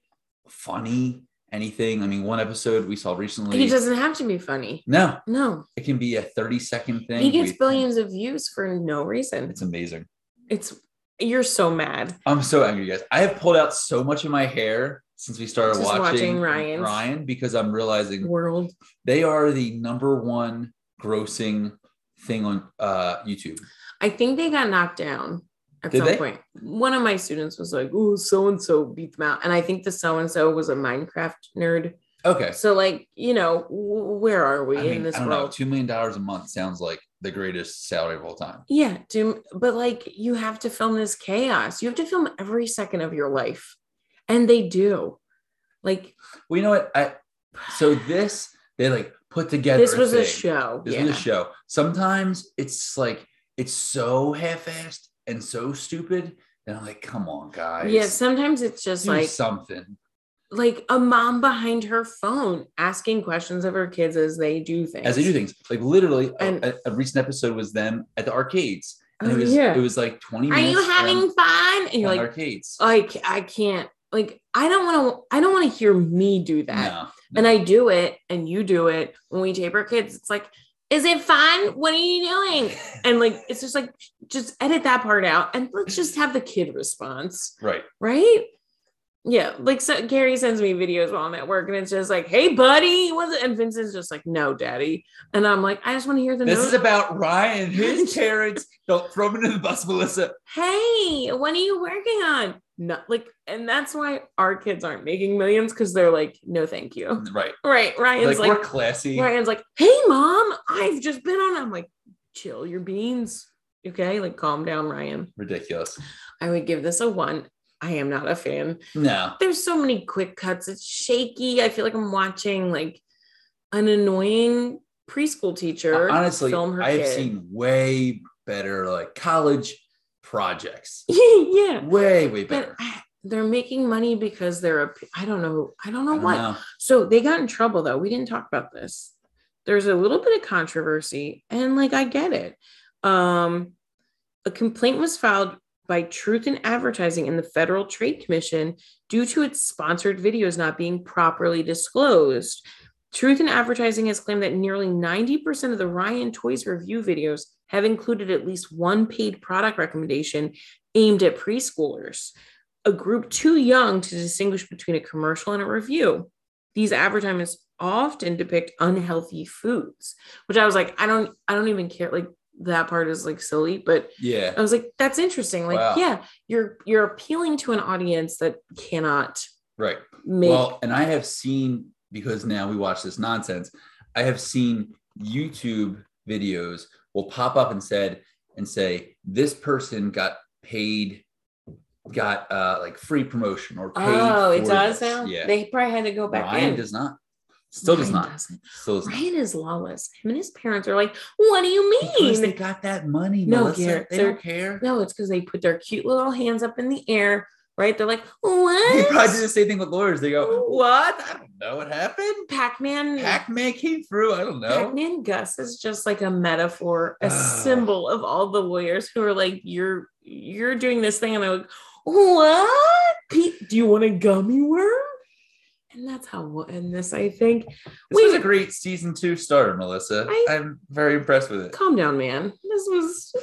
Speaker 1: funny, anything. I mean, one episode we saw recently.
Speaker 3: He doesn't have to be funny.
Speaker 1: no,
Speaker 3: No.
Speaker 1: it can be a 30 second thing.
Speaker 3: He gets
Speaker 1: We-
Speaker 3: billions of views for no reason.
Speaker 1: It's amazing.
Speaker 3: It's you're so mad.
Speaker 1: I'm so angry, you guys. I have pulled out so much of my hair since we started
Speaker 3: Just
Speaker 1: watching,
Speaker 3: watching Ryan's.
Speaker 1: Ryan because I'm realizing
Speaker 3: World.
Speaker 1: they are the number one grossing thing on uh YouTube.
Speaker 3: I think they got knocked down at
Speaker 1: Did
Speaker 3: some
Speaker 1: they?
Speaker 3: point. One of my students was like, "Oh, so and so beat them out," and I think the so and so was a Minecraft nerd.
Speaker 1: Okay.
Speaker 3: So, like, you know, w- where are we
Speaker 1: I
Speaker 3: in
Speaker 1: mean, I
Speaker 3: this
Speaker 1: don't
Speaker 3: world?
Speaker 1: know. Two million dollars a month sounds like the greatest salary of all time.
Speaker 3: Yeah, Doom. But like, you have to film this chaos. You have to film every second of your life, and they do. Like,
Speaker 1: Well, you know what? I so this they like put together.
Speaker 3: this was a
Speaker 1: thing.
Speaker 3: show.
Speaker 1: This
Speaker 3: yeah.
Speaker 1: was a show. Sometimes it's like it's so half-assed and so stupid, and I'm like, come on, guys.
Speaker 3: Yeah, sometimes it's just
Speaker 1: do
Speaker 3: like
Speaker 1: something.
Speaker 3: like a mom behind her phone asking questions of her kids as they do things.
Speaker 1: As they do things, like literally, a-
Speaker 3: And-
Speaker 1: a, a recent episode was them at the arcades, and
Speaker 3: Oh,
Speaker 1: it was
Speaker 3: yeah.
Speaker 1: it was like 20
Speaker 3: Are
Speaker 1: minutes.
Speaker 3: you
Speaker 1: them
Speaker 3: having fun? And you're
Speaker 1: on
Speaker 3: like,
Speaker 1: arcades?
Speaker 3: like I can't. Like I don't want to. I don't want to hear me do that.
Speaker 1: no,
Speaker 3: And I do it, and you do it when we tape our kids. It's like, is it fun? What are you doing?
Speaker 1: [LAUGHS]
Speaker 3: And like, it's just like, just edit that part out, and let's just have the kid response,
Speaker 1: right.
Speaker 3: right? Yeah, like so Gary sends me videos while I'm at work, and it's just like, "Hey, buddy," what's it? and Vincent's just like, "No, daddy," and I'm like, "I just want to hear the
Speaker 1: This
Speaker 3: no-
Speaker 1: is about Ryan and
Speaker 3: [LAUGHS]
Speaker 1: his parents. Don't throw him into the bus, Melissa.
Speaker 3: hey, what are you working on? No, like, and that's why our kids aren't making millions because they're like, no, thank you.
Speaker 1: Right.
Speaker 3: Right.
Speaker 1: Like,
Speaker 3: Ryan's like,
Speaker 1: we're classy.
Speaker 3: Ryan's like, hey, mom, I've just been on. I'm like, chill your beans. Okay. Like, calm down, Ryan.
Speaker 1: Ridiculous.
Speaker 3: I would give this a one. I am not a fan.
Speaker 1: No.
Speaker 3: There's so many quick cuts. It's shaky. I feel like I'm watching like an annoying preschool teacher
Speaker 1: Honestly,
Speaker 3: film her
Speaker 1: I have
Speaker 3: kid.
Speaker 1: seen way better like college projects.
Speaker 3: [LAUGHS] yeah.
Speaker 1: Way, way
Speaker 3: but
Speaker 1: better.
Speaker 3: I- they're making money because they're a i don't know i don't know
Speaker 1: I don't
Speaker 3: what
Speaker 1: know.
Speaker 3: so they got in trouble though we didn't talk about this there's a little bit of controversy and like i get it um a complaint was filed by truth in advertising and the federal trade commission due to its sponsored videos not being properly disclosed truth in advertising has claimed that nearly 90% of the ryan toys review videos have included at least one paid product recommendation aimed at preschoolers, a group too young to distinguish between a commercial and a review. These advertisements often depict unhealthy foods, which I was like, I don't, I don't even care. Like that part is like silly, but
Speaker 1: Yeah.
Speaker 3: I was like, that's interesting. Like,
Speaker 1: Wow.
Speaker 3: yeah, you're you're appealing to an audience that cannot
Speaker 1: Right.
Speaker 3: make
Speaker 1: Well, and I have seen because now we watch this nonsense. I have seen YouTube videos will pop up and said and say this person got paid, got uh like free promotion or paid.
Speaker 3: Oh, it
Speaker 1: for
Speaker 3: does
Speaker 1: this.
Speaker 3: now.
Speaker 1: Yeah.
Speaker 3: They probably had to go back
Speaker 1: Ryan
Speaker 3: in.
Speaker 1: does not. Still does
Speaker 3: Ryan
Speaker 1: not.
Speaker 3: doesn't.
Speaker 1: Still does not.
Speaker 3: Ryan is lawless. Him and his parents are like, "What do you
Speaker 1: Because
Speaker 3: mean?"
Speaker 1: they got that money,
Speaker 3: No,
Speaker 1: Melissa.
Speaker 3: Garrett,
Speaker 1: they
Speaker 3: they're-
Speaker 1: don't care.
Speaker 3: No, it's because they put their cute little hands up in the air,
Speaker 1: [LAUGHS]
Speaker 3: right? They're like,
Speaker 1: They probably do the
Speaker 3: what?
Speaker 1: same thing with lawyers. They go, "What? I don't know what happened.
Speaker 3: Pac-Man,
Speaker 1: Pac-Man came through. I don't know."
Speaker 3: Pac-Man Gus is just like a metaphor,
Speaker 1: [SIGHS]
Speaker 3: a
Speaker 1: Ugh.
Speaker 3: symbol of all the lawyers who are like, you're you're doing this thing, and I'm like, what? Pete, do you want a gummy worm? And that's how we'll end this. I think.
Speaker 1: This was
Speaker 3: Wait.
Speaker 1: a great season two starter, Melissa.
Speaker 3: I-
Speaker 1: I'm very impressed with it.
Speaker 3: Calm down, man. This was.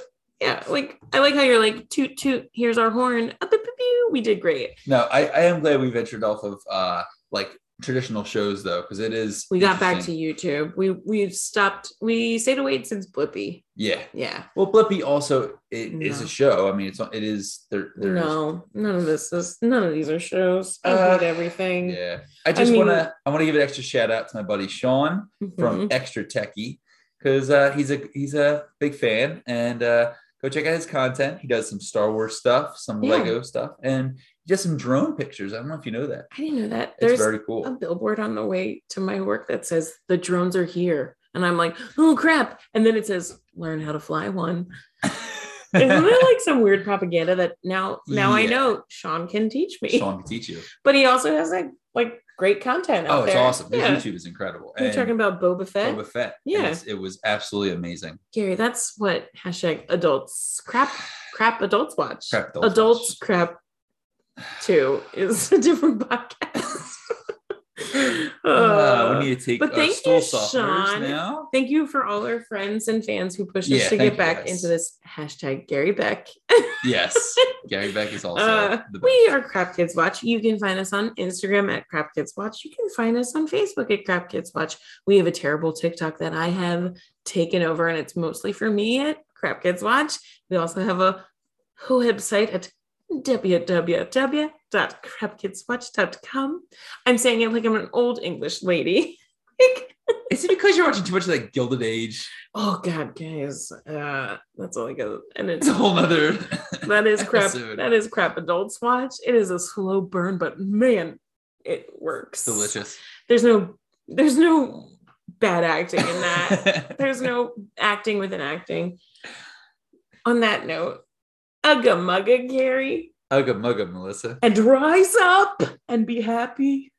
Speaker 3: Yeah, like I like how you're like toot toot. Here's our horn. Ah, pew, pew, pew. We did great.
Speaker 1: No, I, I am glad we ventured off of uh like traditional shows though, because it is
Speaker 3: We got back to
Speaker 1: interesting.
Speaker 3: YouTube. We we've stopped. We stayed away since Blippi.
Speaker 1: Yeah.
Speaker 3: Yeah.
Speaker 1: Well, Blippi also it is
Speaker 3: No.
Speaker 1: a show. I mean, it's on- it is there. There's
Speaker 3: No, none of this is none of these are shows. I
Speaker 1: Uh,
Speaker 3: hate everything.
Speaker 1: yeah. I just
Speaker 3: mean-
Speaker 1: wanna I wanna give an extra shout out to my buddy Sean.
Speaker 3: Mhm.
Speaker 1: from Extra Techie because uh, he's a he's a big fan and uh, go check out his content. He does some Star Wars stuff, some
Speaker 3: Yeah.
Speaker 1: Lego stuff, and just some drone pictures. I don't know if you know that.
Speaker 3: I didn't know that.
Speaker 1: It's
Speaker 3: There's
Speaker 1: very
Speaker 3: a
Speaker 1: [LAUGHS] cool.
Speaker 3: billboard on the way to my work that says the drones are here. And I'm like, oh crap. And then it says, learn how to
Speaker 1: [LAUGHS]
Speaker 3: fly one. Isn't that like some weird propaganda that now now I
Speaker 1: Yeah.
Speaker 3: know Sean can teach me?
Speaker 1: Sean can teach you.
Speaker 3: [LAUGHS] But he also has like like great content.
Speaker 1: Oh,
Speaker 3: out
Speaker 1: it's
Speaker 3: there.
Speaker 1: awesome. His
Speaker 3: Yeah.
Speaker 1: YouTube is incredible.
Speaker 3: We're
Speaker 1: And
Speaker 3: talking about Boba Fett.
Speaker 1: Boba Fett.
Speaker 3: Yeah.
Speaker 1: And it's- It was absolutely amazing.
Speaker 3: Gary, that's what hashtag adults crap crap adults watch.
Speaker 1: Crap adults
Speaker 3: adults crap two is [LAUGHS] a different podcast.
Speaker 1: [LAUGHS] Uh,
Speaker 3: Uh,
Speaker 1: we need to take
Speaker 3: but
Speaker 1: our
Speaker 3: thank
Speaker 1: stool
Speaker 3: you,
Speaker 1: softeners
Speaker 3: Sean. [LAUGHS]
Speaker 1: now.
Speaker 3: thank you for all our friends and fans who pushed
Speaker 1: Yeah,
Speaker 3: us to
Speaker 1: thank
Speaker 3: get
Speaker 1: you
Speaker 3: back
Speaker 1: guys.
Speaker 3: into this hashtag Gary Beck.
Speaker 1: Yes. Gary Beck is also
Speaker 3: Uh,
Speaker 1: the best.
Speaker 3: we are Crap Kids Watch. You can find us on Instagram at Crap Kids Watch. You can find us on Facebook at Crap Kids Watch. We have a terrible TikTok that I have taken over, and it's mostly for me at Crap Kids Watch. We also have a website at www.crapkidswatch.com. I'm saying it like I'm an old English lady. [LAUGHS]
Speaker 1: Is it because you're watching too much of that Gilded Age?
Speaker 3: oh God, guys, uh, that's all I got. And
Speaker 1: It's a
Speaker 3: it's
Speaker 1: whole nother. [LAUGHS]
Speaker 3: [LAUGHS] that is crap.
Speaker 1: episode.
Speaker 3: That is crap. Adults watch. It is a slow burn, but man, it works.
Speaker 1: It's delicious.
Speaker 3: There's no, there's no bad acting in that.
Speaker 1: [LAUGHS]
Speaker 3: there's no acting within acting. On that note, ugga mugga Gary,
Speaker 1: Oh, Ugga mugga, Melissa.
Speaker 3: and rise up and be happy.